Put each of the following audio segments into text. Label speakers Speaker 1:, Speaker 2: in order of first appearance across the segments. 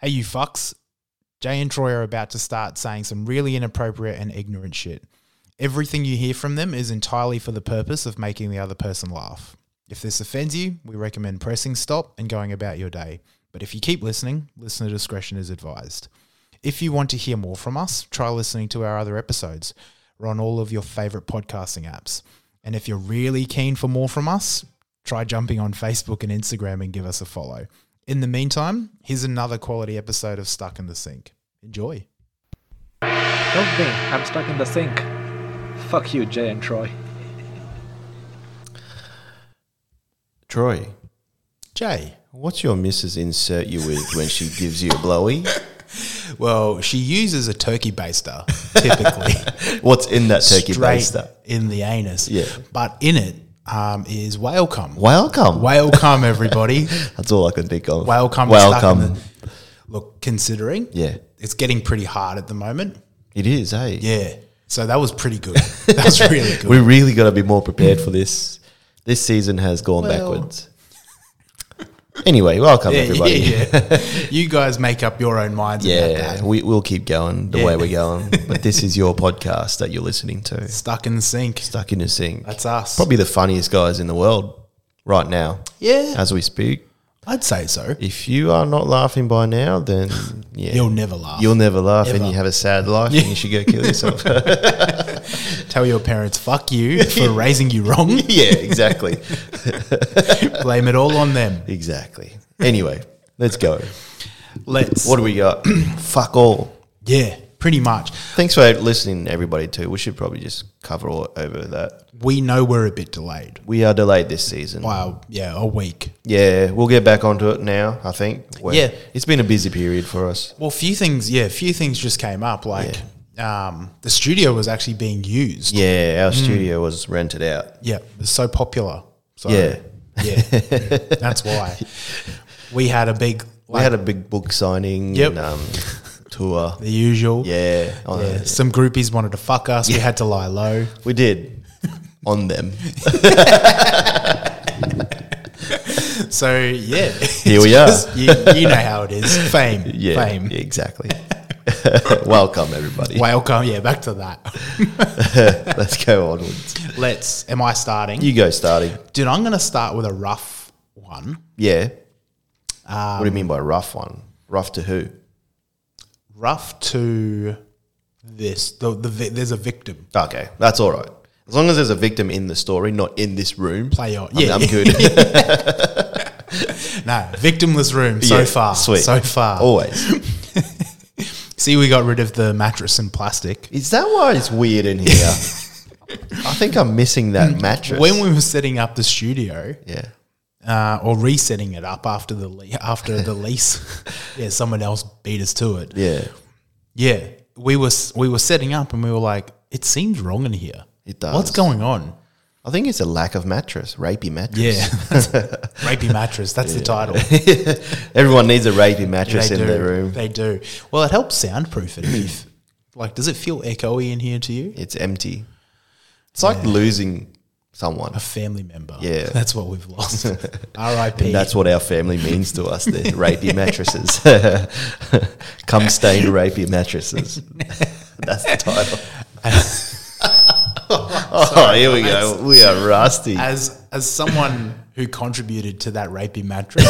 Speaker 1: Hey, you fucks. Jay and Troy are about to start saying some really inappropriate and ignorant shit. Everything you hear from them is entirely for the purpose of making the other person laugh. If this offends you, we recommend pressing stop and going about your day. But if you keep listening, listener discretion is advised. If you want to hear more from us, try listening to our other episodes. We're on all of your favorite podcasting apps. And if you're really keen for more from us, try jumping on Facebook and Instagram and give us a follow. In the meantime, here's another quality episode of Stuck in the Sink. Enjoy.
Speaker 2: Help me, I'm stuck in the sink. Fuck you, Jay and Troy.
Speaker 3: Troy,
Speaker 1: Jay.
Speaker 3: what's your missus insert you with when she gives you a blowy?
Speaker 1: Well, she uses a turkey baster typically.
Speaker 3: What's in that turkey
Speaker 1: straight
Speaker 3: baster?
Speaker 1: in the anus.
Speaker 3: Yeah.
Speaker 1: But in it um, is whale cum.
Speaker 3: Welcome.
Speaker 1: Whale cum, everybody.
Speaker 3: That's all I could think of.
Speaker 1: whale cum. is Stuck in
Speaker 3: Welcome.
Speaker 1: the, look, considering
Speaker 3: Yeah.
Speaker 1: it's getting pretty hard at the moment.
Speaker 3: It is, hey.
Speaker 1: Yeah. So that was pretty good. That was really good.
Speaker 3: We really got to be more prepared for this. This season has gone backwards. Anyway, welcome
Speaker 1: Yeah,
Speaker 3: everybody. Yeah,
Speaker 1: Yeah, yeah. you guys make up your own minds about that.
Speaker 3: we, we'll keep going the
Speaker 1: Yeah.
Speaker 3: way we're going. But this is your podcast that you're listening to.
Speaker 1: Stuck in the sink.
Speaker 3: Stuck in the sink.
Speaker 1: That's us.
Speaker 3: Probably the funniest guys in the world right now
Speaker 1: Yeah.
Speaker 3: as we speak.
Speaker 1: I'd say so.
Speaker 3: If you are not laughing by now, then yeah,
Speaker 1: You'll never laugh.
Speaker 3: You'll never laugh and
Speaker 1: Ever.
Speaker 3: you have a sad life and you should go kill yourself.
Speaker 1: Tell your parents, fuck you for raising you wrong.
Speaker 3: yeah, exactly.
Speaker 1: Blame it all on them.
Speaker 3: exactly. Anyway, let's go.
Speaker 1: Let's.
Speaker 3: What do we got? Fuck all.
Speaker 1: yeah, pretty much.
Speaker 3: Thanks for listening, everybody, too. We should probably just cover all over that.
Speaker 1: We know we're a bit delayed.
Speaker 3: We are delayed this season.
Speaker 1: Wow. Yeah, a week.
Speaker 3: Yeah, we'll get back onto it now, I think. We're-
Speaker 1: Yeah.
Speaker 3: It's been a busy period for us.
Speaker 1: Well, few things. Yeah, few things just came up. Like, um, the studio was actually being used.
Speaker 3: Yeah, our studio was rented out.
Speaker 1: Yeah, it was so popular. So
Speaker 3: Yeah.
Speaker 1: yeah, that's why we had a big
Speaker 3: We
Speaker 1: like
Speaker 3: had a big book signing
Speaker 1: Yep.
Speaker 3: and um, tour.
Speaker 1: the usual.
Speaker 3: Yeah. on-
Speaker 1: Yeah, some groupies wanted to fuck us. We had to lie low.
Speaker 3: We did. on them.
Speaker 1: So yeah,
Speaker 3: Here we
Speaker 1: It's just- You, you know how it is. Fame,
Speaker 3: Yeah,
Speaker 1: fame.
Speaker 3: yeah, exactly. Welcome, everybody.
Speaker 1: Welcome. Yeah, back to that.
Speaker 3: Let's go onwards.
Speaker 1: Let's. Am I starting,
Speaker 3: You go, starting.
Speaker 1: dude? I'm going to start with a rough one.
Speaker 3: Yeah. what do
Speaker 1: Um,
Speaker 3: you mean by rough one? Rough to who?
Speaker 1: Rough to this. The, the vi- there's a victim.
Speaker 3: Okay, that's all right. As long as there's a victim in the story, not in this room.
Speaker 1: Play on.
Speaker 3: I'm,
Speaker 1: Yeah,
Speaker 3: I'm
Speaker 1: yeah.
Speaker 3: good.
Speaker 1: No, victimless room so
Speaker 3: Yeah,
Speaker 1: far.
Speaker 3: sweet. Oh.
Speaker 1: So far.
Speaker 3: Always.
Speaker 1: See, we got rid of the mattress and plastic.
Speaker 3: Is that why it's weird in here? I think I'm missing that mattress.
Speaker 1: Mm. When we were setting up the studio,
Speaker 3: yeah.
Speaker 1: uh, or resetting it up after the le- after the lease, yeah, someone else beat us to it.
Speaker 3: Yeah.
Speaker 1: Yeah, we were s- we were setting up and we were like, it seems wrong in here.
Speaker 3: It does.
Speaker 1: What's going on?
Speaker 3: I think it's a lack of mattress, rapey mattress.
Speaker 1: Yeah, rapey mattress. That's the title.
Speaker 3: Everyone needs a rapey mattress
Speaker 1: they
Speaker 3: in
Speaker 1: do.
Speaker 3: their room.
Speaker 1: They do. Well, it helps soundproof it. If, like, does it feel echoey in here to you?
Speaker 3: It's empty. It's like losing someone.
Speaker 1: A family member.
Speaker 3: Yeah.
Speaker 1: that's what we've lost. R.I.P.
Speaker 3: That's what our family means to us, the rapey mattresses. Come stain rapey mattresses. That's the title. oh, here we go. We are rusty.
Speaker 1: as as someone who contributed to that rapey mattress,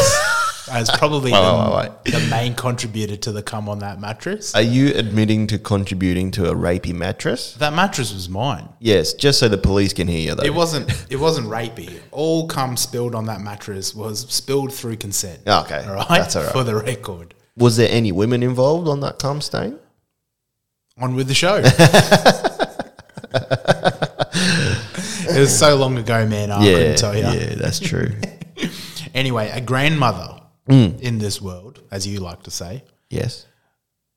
Speaker 1: as probably the,
Speaker 3: wait,
Speaker 1: the main contributor to the cum on that mattress.
Speaker 3: Are you admitting to contributing to a rapey mattress?
Speaker 1: that mattress was mine.
Speaker 3: Yes, just so the police can hear you, though.
Speaker 1: It wasn't. It wasn't rapey. All cum spilled on that mattress was spilled through consent.
Speaker 3: Ah, Okay,
Speaker 1: all right.
Speaker 3: that's all right.
Speaker 1: For the record,
Speaker 3: Was there any women involved on that cum stain?
Speaker 1: on with the show. it was so long ago, man. I couldn't tell you.
Speaker 3: yeah, that's true.
Speaker 1: Anyway, a grandmother
Speaker 3: Mm.
Speaker 1: in this world, as you like to say,
Speaker 3: yes.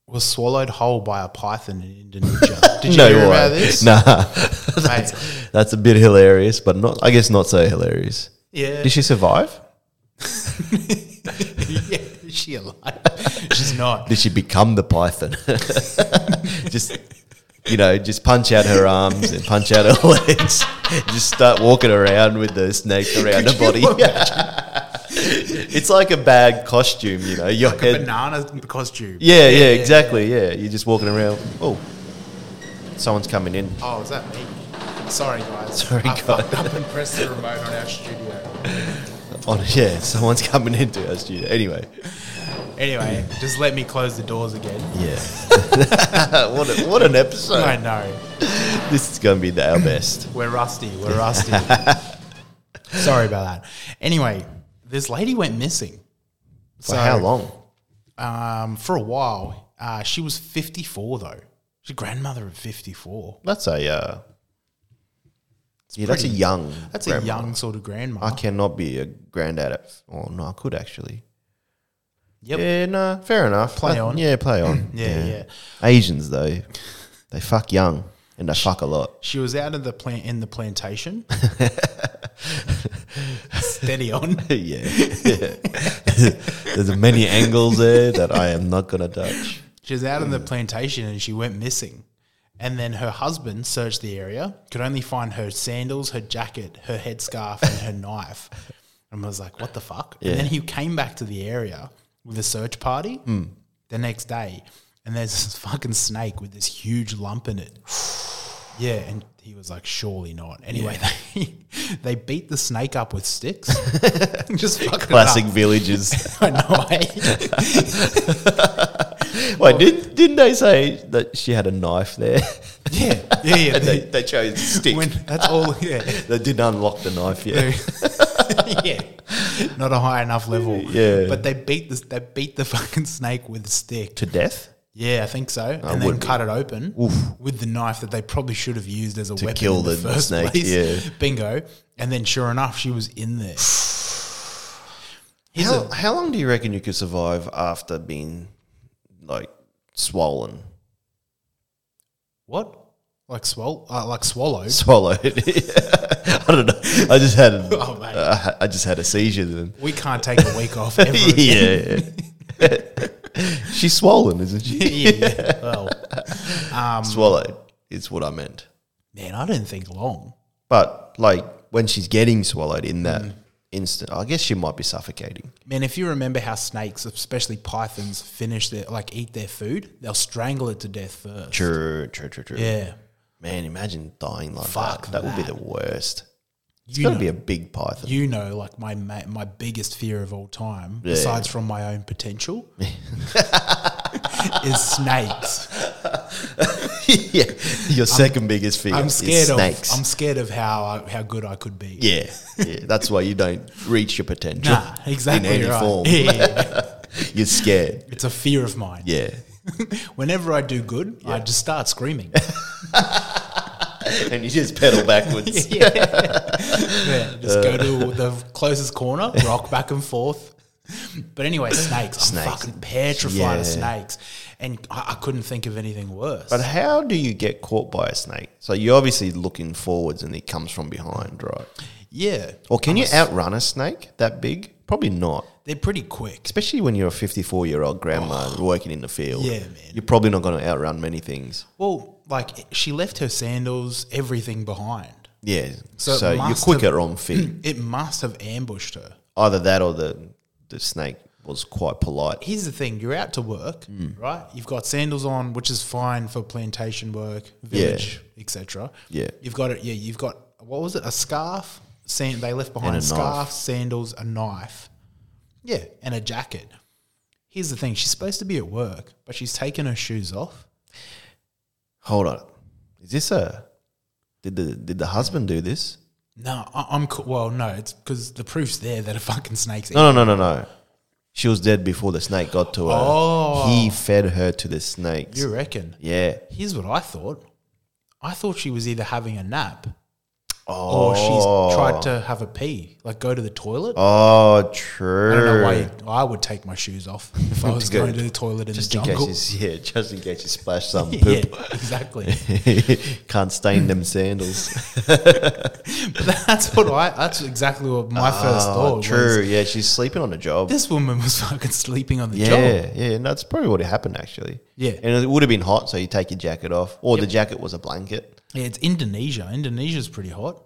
Speaker 1: was swallowed whole by a python in Indonesia. Did you
Speaker 3: No
Speaker 1: hear
Speaker 3: way.
Speaker 1: about this?
Speaker 3: Nah,
Speaker 1: Mate,
Speaker 3: that's a bit hilarious, but not. I guess not so hilarious.
Speaker 1: yeah.
Speaker 3: Did she survive?
Speaker 1: yeah. Is she alive? She's not.
Speaker 3: Did she become the python? just you know, just punch out her arms and punch out her legs. just start walking around with the snake around her body. it's like a bad costume, you know. Your
Speaker 1: a
Speaker 3: head.
Speaker 1: banana costume.
Speaker 3: Yeah, yeah, exactly. Yeah. you're just walking around. Oh, someone's coming in.
Speaker 1: Oh, is that me? Sorry, guys.
Speaker 3: Sorry,
Speaker 1: I
Speaker 3: guys.
Speaker 1: fucked up and pressed the remote on our studio.
Speaker 3: On yeah, someone's coming into our studio. Anyway,
Speaker 1: Anyway, just let me close the doors again.
Speaker 3: yeah. what a, what an episode!
Speaker 1: I know.
Speaker 3: This is going to be the, our best.
Speaker 1: We're rusty. We're rusty. Sorry about that. Anyway, this lady went missing.
Speaker 3: For how long?
Speaker 1: Um, for a while. Uh, she was 54, though. She's a grandmother of 54.
Speaker 3: That's a uh, yeah. That's a
Speaker 1: pretty-
Speaker 3: young.
Speaker 1: That's a
Speaker 3: grandma.
Speaker 1: young sort of grandma.
Speaker 3: I cannot be a granddad at. Oh no, I could actually.
Speaker 1: Yep.
Speaker 3: Yeah, no, fair enough.
Speaker 1: Play
Speaker 3: That-
Speaker 1: on.
Speaker 3: Yeah, play on.
Speaker 1: Yeah, yeah.
Speaker 3: Asians though, they fuck young and they fuck a lot.
Speaker 1: She was out of the plant in the plantation. Steady on.
Speaker 3: yeah. There's many angles there that I am not gonna touch.
Speaker 1: She was out on the plantation and she went missing. And then her husband searched the area, could only find her sandals, her jacket, her headscarf, and her knife. And I was like, what the fuck?
Speaker 3: Yeah. Hmm.
Speaker 1: And then he came back to the area with a search party the next day. And there's this fucking snake with this huge lump in it. Yeah. And he was like, surely not. Anyway, they, they beat the snake up with sticks. Just fucking
Speaker 3: Classic
Speaker 1: It up.
Speaker 3: villages.
Speaker 1: I know. eh?
Speaker 3: Wait, did didn't they say that she had a knife there?
Speaker 1: yeah. Yeah. Yeah.
Speaker 3: and they, they chose stick.
Speaker 1: when, that's all. Yeah.
Speaker 3: they didn't unlock the knife yet.
Speaker 1: yeah, not a high enough level.
Speaker 3: Yeah.
Speaker 1: but they beat this. They beat the fucking snake with a stick.
Speaker 3: to death?
Speaker 1: Yeah, I think so. and then
Speaker 3: would
Speaker 1: cut it open with the knife that they probably should have used as a weapon
Speaker 3: kill
Speaker 1: in the,
Speaker 3: the
Speaker 1: first
Speaker 3: snake,
Speaker 1: place.
Speaker 3: yeah.
Speaker 1: bingo. And then, sure enough, she was in there. Here's
Speaker 3: How,
Speaker 1: a-
Speaker 3: how long do you reckon you could survive after being like swollen,
Speaker 1: what? Like swallow? Uh, like swallowed?
Speaker 3: swallowed? I don't know. I just had a,
Speaker 1: Oh, mate.
Speaker 3: uh, I just had a seizure then.
Speaker 1: we can't take a week off ever. again.
Speaker 3: yeah. She's swollen, isn't she?
Speaker 1: yeah, yeah. Well, Um,
Speaker 3: swallowed is what I meant.
Speaker 1: man, I didn't think long.
Speaker 3: But like when she's getting swallowed in that
Speaker 1: Mm.
Speaker 3: instant, I guess she might be suffocating.
Speaker 1: Man, if you remember how snakes, especially pythons, finish their like eat their food, they'll strangle it to death first.
Speaker 3: True, true, true, true.
Speaker 1: Yeah,
Speaker 3: Man, imagine dying like
Speaker 1: Fuck
Speaker 3: that. That would be
Speaker 1: that.
Speaker 3: the worst. It's
Speaker 1: you
Speaker 3: got to
Speaker 1: know,
Speaker 3: be a big python.
Speaker 1: you know, like my ma- my biggest fear of all time, besides from my own potential, is snakes.
Speaker 3: yeah, your second biggest fear.
Speaker 1: I'm
Speaker 3: is
Speaker 1: scared of
Speaker 3: snakes.
Speaker 1: I'm scared of how I, how good I could be.
Speaker 3: yeah, yeah. That's why you don't reach your potential.
Speaker 1: nah, exactly
Speaker 3: any
Speaker 1: right.
Speaker 3: form.
Speaker 1: Yeah.
Speaker 3: You're scared.
Speaker 1: it's a fear of mine.
Speaker 3: Yeah,
Speaker 1: Whenever I do good, I just start screaming.
Speaker 3: and you just pedal backwards.
Speaker 1: yeah. Yeah, Just go to
Speaker 3: Uh.
Speaker 1: the closest corner, rock back and forth. But anyway, snakes. I'm
Speaker 3: Snakes.
Speaker 1: fucking petrified of
Speaker 3: Yeah.
Speaker 1: snakes. And I, I couldn't think of anything worse.
Speaker 3: But how do you get caught by a snake? So you're obviously looking forwards, and it comes from behind, right?
Speaker 1: yeah.
Speaker 3: Or can you outrun a snake that big? Probably not.
Speaker 1: They're pretty quick.
Speaker 3: Especially when you're a 54 year old grandma working in the field.
Speaker 1: Oh. Yeah, man.
Speaker 3: You're probably not going to outrun many things.
Speaker 1: Well, like she left her sandals, everything behind.
Speaker 3: Yeah.
Speaker 1: So
Speaker 3: So,
Speaker 1: it
Speaker 3: you're
Speaker 1: must
Speaker 3: quicker on feet.
Speaker 1: It must have ambushed her.
Speaker 3: Either that or the, the snake was quite polite.
Speaker 1: Here's the thing you're out to work,
Speaker 3: Mm.
Speaker 1: right? You've got sandals on, which is fine for plantation work, village, etc.
Speaker 3: Yeah.
Speaker 1: You've got it. Yeah, you've got what was it? A scarf. Sand, they left behind
Speaker 3: And
Speaker 1: a
Speaker 3: a
Speaker 1: scarf,
Speaker 3: knife.
Speaker 1: sandals, a knife. Yeah, and a jacket. Here's the thing: she's supposed to be at work, but she's taken her shoes off.
Speaker 3: Hold on. Is this a. Did the, did the husband do this?
Speaker 1: No, I, I'm co- well. No, it's because the proof's there that a fucking snake's. in.
Speaker 3: No, no, no, no, no. She was dead before the snake got to her.
Speaker 1: Oh.
Speaker 3: He fed her to the snakes.
Speaker 1: You reckon?
Speaker 3: yeah.
Speaker 1: Here's what I thought. I thought she was either having a nap
Speaker 3: Oh,
Speaker 1: or she's tried to have a pee, like go to the toilet.
Speaker 3: Oh, true.
Speaker 1: I don't know why you- I would take my shoes off if I was
Speaker 3: Good.
Speaker 1: going to the toilet in
Speaker 3: Oh. Just
Speaker 1: the
Speaker 3: in
Speaker 1: jungle.
Speaker 3: case, you, yeah, just in case you splash some
Speaker 1: yeah,
Speaker 3: poop.
Speaker 1: exactly.
Speaker 3: Can't stain them sandals.
Speaker 1: But that's what I. That's exactly what my first
Speaker 3: Oh,
Speaker 1: thought
Speaker 3: true.
Speaker 1: was.
Speaker 3: Yeah, she's sleeping on a job.
Speaker 1: This woman was fucking sleeping on the job.
Speaker 3: yeah, yeah, and that's probably what happened actually.
Speaker 1: Yeah.
Speaker 3: and it would have been hot, so you take your jacket off, or the jacket was a blanket.
Speaker 1: Yeah, it's Indonesia. Indonesia's pretty hot.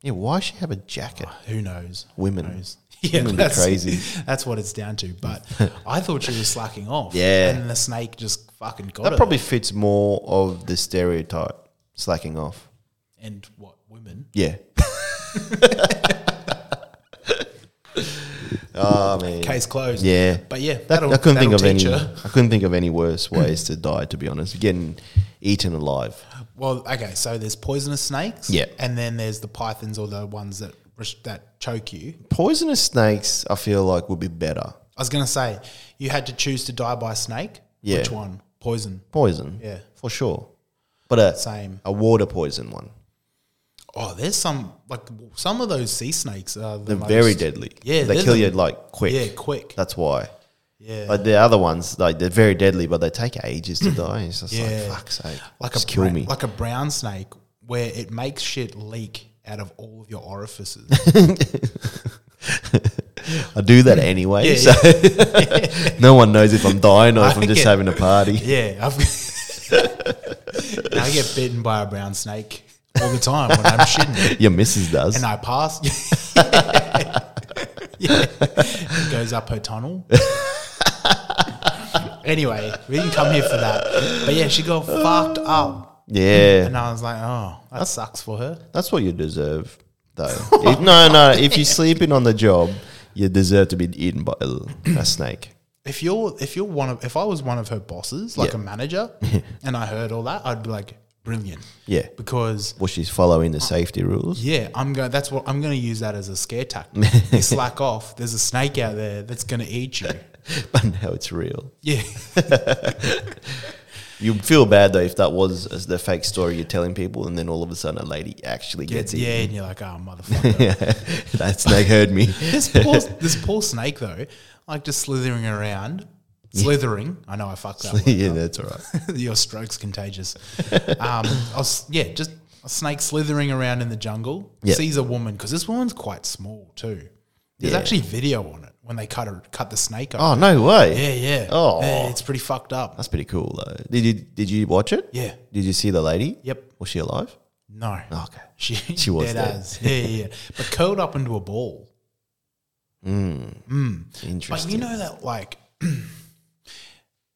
Speaker 3: Yeah, why she have a jacket?
Speaker 1: Who knows?
Speaker 3: Women.
Speaker 1: Who knows? Yeah,
Speaker 3: Women be
Speaker 1: that's,
Speaker 3: crazy.
Speaker 1: that's what it's down to. But I thought she was slacking off.
Speaker 3: Yeah.
Speaker 1: And the snake just fucking got
Speaker 3: That
Speaker 1: her.
Speaker 3: probably fits more of the stereotype slacking off.
Speaker 1: And what, women?
Speaker 3: Yeah. oh man.
Speaker 1: Case closed.
Speaker 3: Yeah.
Speaker 1: But yeah,
Speaker 3: That,
Speaker 1: that'll,
Speaker 3: I couldn't think of
Speaker 1: that'll
Speaker 3: any.
Speaker 1: teach her.
Speaker 3: I couldn't think of any worse ways to die. To be honest, getting eaten alive.
Speaker 1: Well, okay, so there's poisonous snakes.
Speaker 3: Yeah.
Speaker 1: And then there's the pythons or the ones that res- that choke you.
Speaker 3: Poisonous snakes, I feel like, would be better.
Speaker 1: I was going to say, you had to choose to die by snake.
Speaker 3: Yeah.
Speaker 1: Which one? Poison.
Speaker 3: Poison,
Speaker 1: Yeah.
Speaker 3: for sure. But a
Speaker 1: Same.
Speaker 3: a water poison one,
Speaker 1: Oh, there's some, like, some of those sea snakes are the
Speaker 3: they're
Speaker 1: most-
Speaker 3: very deadly.
Speaker 1: Yeah,
Speaker 3: they
Speaker 1: they're
Speaker 3: kill
Speaker 1: the-
Speaker 3: you like quick.
Speaker 1: Yeah, quick.
Speaker 3: That's why.
Speaker 1: yeah.
Speaker 3: But the other ones, like they're very deadly, but they take ages to die. It's just
Speaker 1: Yeah.
Speaker 3: like fuck's sake,
Speaker 1: like
Speaker 3: just
Speaker 1: a
Speaker 3: kill
Speaker 1: bra-
Speaker 3: me.
Speaker 1: like a brown snake where it makes shit leak out of all of your orifices.
Speaker 3: I do that anyway,
Speaker 1: Yeah,
Speaker 3: so no one knows if I'm dying or if
Speaker 1: I
Speaker 3: I'm just
Speaker 1: get-
Speaker 3: having a party.
Speaker 1: yeah, I've I get bitten by a brown snake all the time when I'm shitting,
Speaker 3: Your missus does.
Speaker 1: and I pass. yeah, it goes up her tunnel. anyway, we didn't come here for that, but yeah, she got fucked up,
Speaker 3: yeah,
Speaker 1: and I was like, oh, that sucks for her.
Speaker 3: That's what you deserve, though. If- no, no. If you're sleeping on the job, you deserve to be eaten by a, a snake.
Speaker 1: if you're if you're one of if I was one of her bosses, like
Speaker 3: Yeah.
Speaker 1: a manager, and I heard all that, I'd be like, brilliant.
Speaker 3: Yeah.
Speaker 1: Because
Speaker 3: Well, she's following the safety rules.
Speaker 1: yeah, I'm going. That's what I'm going to use that as a scare tactic. you slack off. There's a snake out there that's going to eat you.
Speaker 3: But now it's real.
Speaker 1: Yeah,
Speaker 3: You'd feel bad though if that was as the fake story you're telling people, and then all of a sudden a lady actually
Speaker 1: yeah,
Speaker 3: gets
Speaker 1: yeah.
Speaker 3: eaten.
Speaker 1: And you're like, oh motherfucker.
Speaker 3: that snake heard me.
Speaker 1: this poor this poor snake though, like just slithering around, slithering. I know I fucked that. word.
Speaker 3: yeah, that's all right.
Speaker 1: Your stroke's contagious. Um, I was, yeah, just a snake slithering around in the jungle,
Speaker 3: Yeah.
Speaker 1: sees a woman because this woman's quite small too. There's
Speaker 3: Yeah.
Speaker 1: actually video on it when they cut her, cut the snake open.
Speaker 3: Oh no way.
Speaker 1: Yeah, yeah.
Speaker 3: Oh.
Speaker 1: Yeah, it's pretty fucked up.
Speaker 3: That's pretty cool though. Did you did you watch it?
Speaker 1: Yeah.
Speaker 3: Did you see the lady?
Speaker 1: Yep.
Speaker 3: Was she alive? Oh,
Speaker 1: No,
Speaker 3: Okay.
Speaker 1: she
Speaker 3: She was
Speaker 1: dead
Speaker 3: dead.
Speaker 1: as. Yeah, yeah, yeah. But curled up into a ball. But
Speaker 3: Interesting.
Speaker 1: you know that like.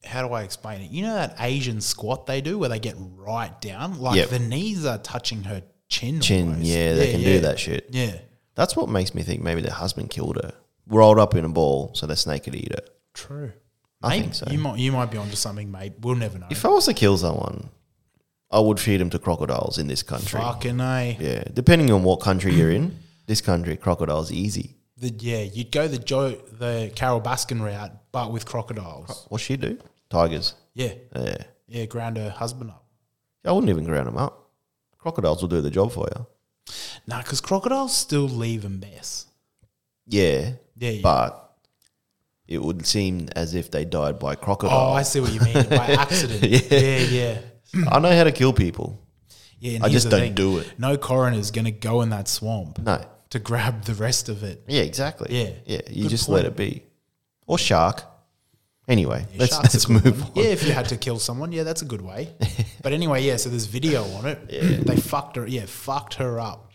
Speaker 1: How do I explain it? You know that Asian squat they do where they get right down? Like
Speaker 3: Yep.
Speaker 1: the knees are touching her chin.
Speaker 3: Chin,
Speaker 1: almost.
Speaker 3: yeah, they can
Speaker 1: yeah.
Speaker 3: do that shit.
Speaker 1: Yeah.
Speaker 3: That's what makes me think maybe the husband killed her, rolled up in a ball so the snake could eat her.
Speaker 1: True.
Speaker 3: I
Speaker 1: Mate,
Speaker 3: think so.
Speaker 1: You might you might be onto something, mate. We'll never know.
Speaker 3: If I was to kill someone, I would feed him to crocodiles in this country.
Speaker 1: Fucking a. Yeah.
Speaker 3: Yeah, depending on what country you're in, this country crocodiles easy.
Speaker 1: The, yeah, you'd go the Joe the Carol Baskin route, but with crocodiles.
Speaker 3: What she do? Tigers.
Speaker 1: Yeah.
Speaker 3: Yeah,
Speaker 1: Yeah, ground her husband up.
Speaker 3: I wouldn't even ground them up. Crocodiles will do the job for you.
Speaker 1: Nah, because crocodiles still leave a mess.
Speaker 3: Yeah,
Speaker 1: Yeah, yeah.
Speaker 3: but it would seem as if they died by
Speaker 1: Oh, I
Speaker 3: crocodile.
Speaker 1: see what you mean. By accident. yeah.
Speaker 3: Yeah.
Speaker 1: yeah, yeah.
Speaker 3: I know how to kill people.
Speaker 1: Yeah, and
Speaker 3: I
Speaker 1: here's
Speaker 3: just
Speaker 1: the
Speaker 3: don't do it.
Speaker 1: No coroner's gonna go in that swamp
Speaker 3: No.
Speaker 1: to grab the rest of it.
Speaker 3: Yeah, exactly.
Speaker 1: Yeah.
Speaker 3: yeah. You
Speaker 1: Good
Speaker 3: just
Speaker 1: point.
Speaker 3: let it be. Or shark. Anyway, let's
Speaker 1: Sharks
Speaker 3: let's
Speaker 1: are good
Speaker 3: move
Speaker 1: one.
Speaker 3: on.
Speaker 1: Yeah, if you had to kill someone, yeah, that's a good way. but anyway, yeah, so there's video on it. They fucked her, yeah, fucked her up.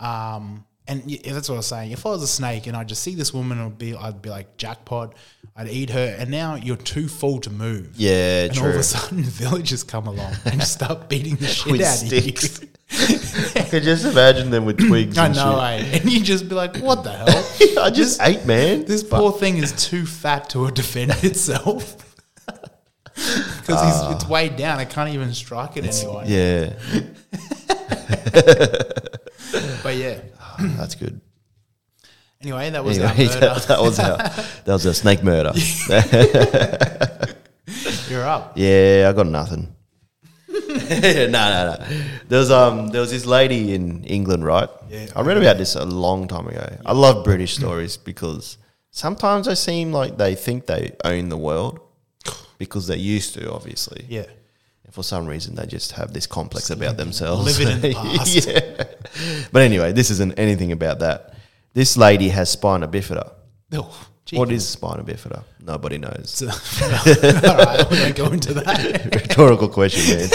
Speaker 1: Um, and yeah, that's what I was saying. If I was a snake and I just see this woman, I'd be, I'd be like jackpot. I'd eat her, and now you're too full to move.
Speaker 3: Yeah,
Speaker 1: and
Speaker 3: true.
Speaker 1: all of a sudden, villagers come along and just start beating the shit
Speaker 3: With
Speaker 1: out
Speaker 3: sticks.
Speaker 1: of you.
Speaker 3: I could just imagine them with twigs.
Speaker 1: I
Speaker 3: and
Speaker 1: know,
Speaker 3: shit.
Speaker 1: eh? and you just be like, "What the hell?
Speaker 3: I just ate, man.
Speaker 1: This poor thing is too fat to defend itself because it's weighed down. I can't even strike it anyway.
Speaker 3: Ah. yeah,
Speaker 1: But yeah.
Speaker 3: that's good.
Speaker 1: Anyway, that was our
Speaker 3: Anyway,
Speaker 1: murder.
Speaker 3: that, that was our that was a snake murder.
Speaker 1: You're up.
Speaker 3: yeah, I got nothing. no, no, no. There was um there was this lady in England, right?
Speaker 1: Yeah.
Speaker 3: I read about this a long time ago. I love British stories because sometimes they seem like they think they own the world because they used to, obviously.
Speaker 1: Yeah.
Speaker 3: And for some reason, they just have this complex about themselves.
Speaker 1: live it in the past.
Speaker 3: yeah. But anyway, this isn't anything about that. This lady has spina bifida.
Speaker 1: Oh, gee.
Speaker 3: What is spina bifida? Nobody knows.
Speaker 1: All right, we don't go into that.
Speaker 3: Rhetorical question, man.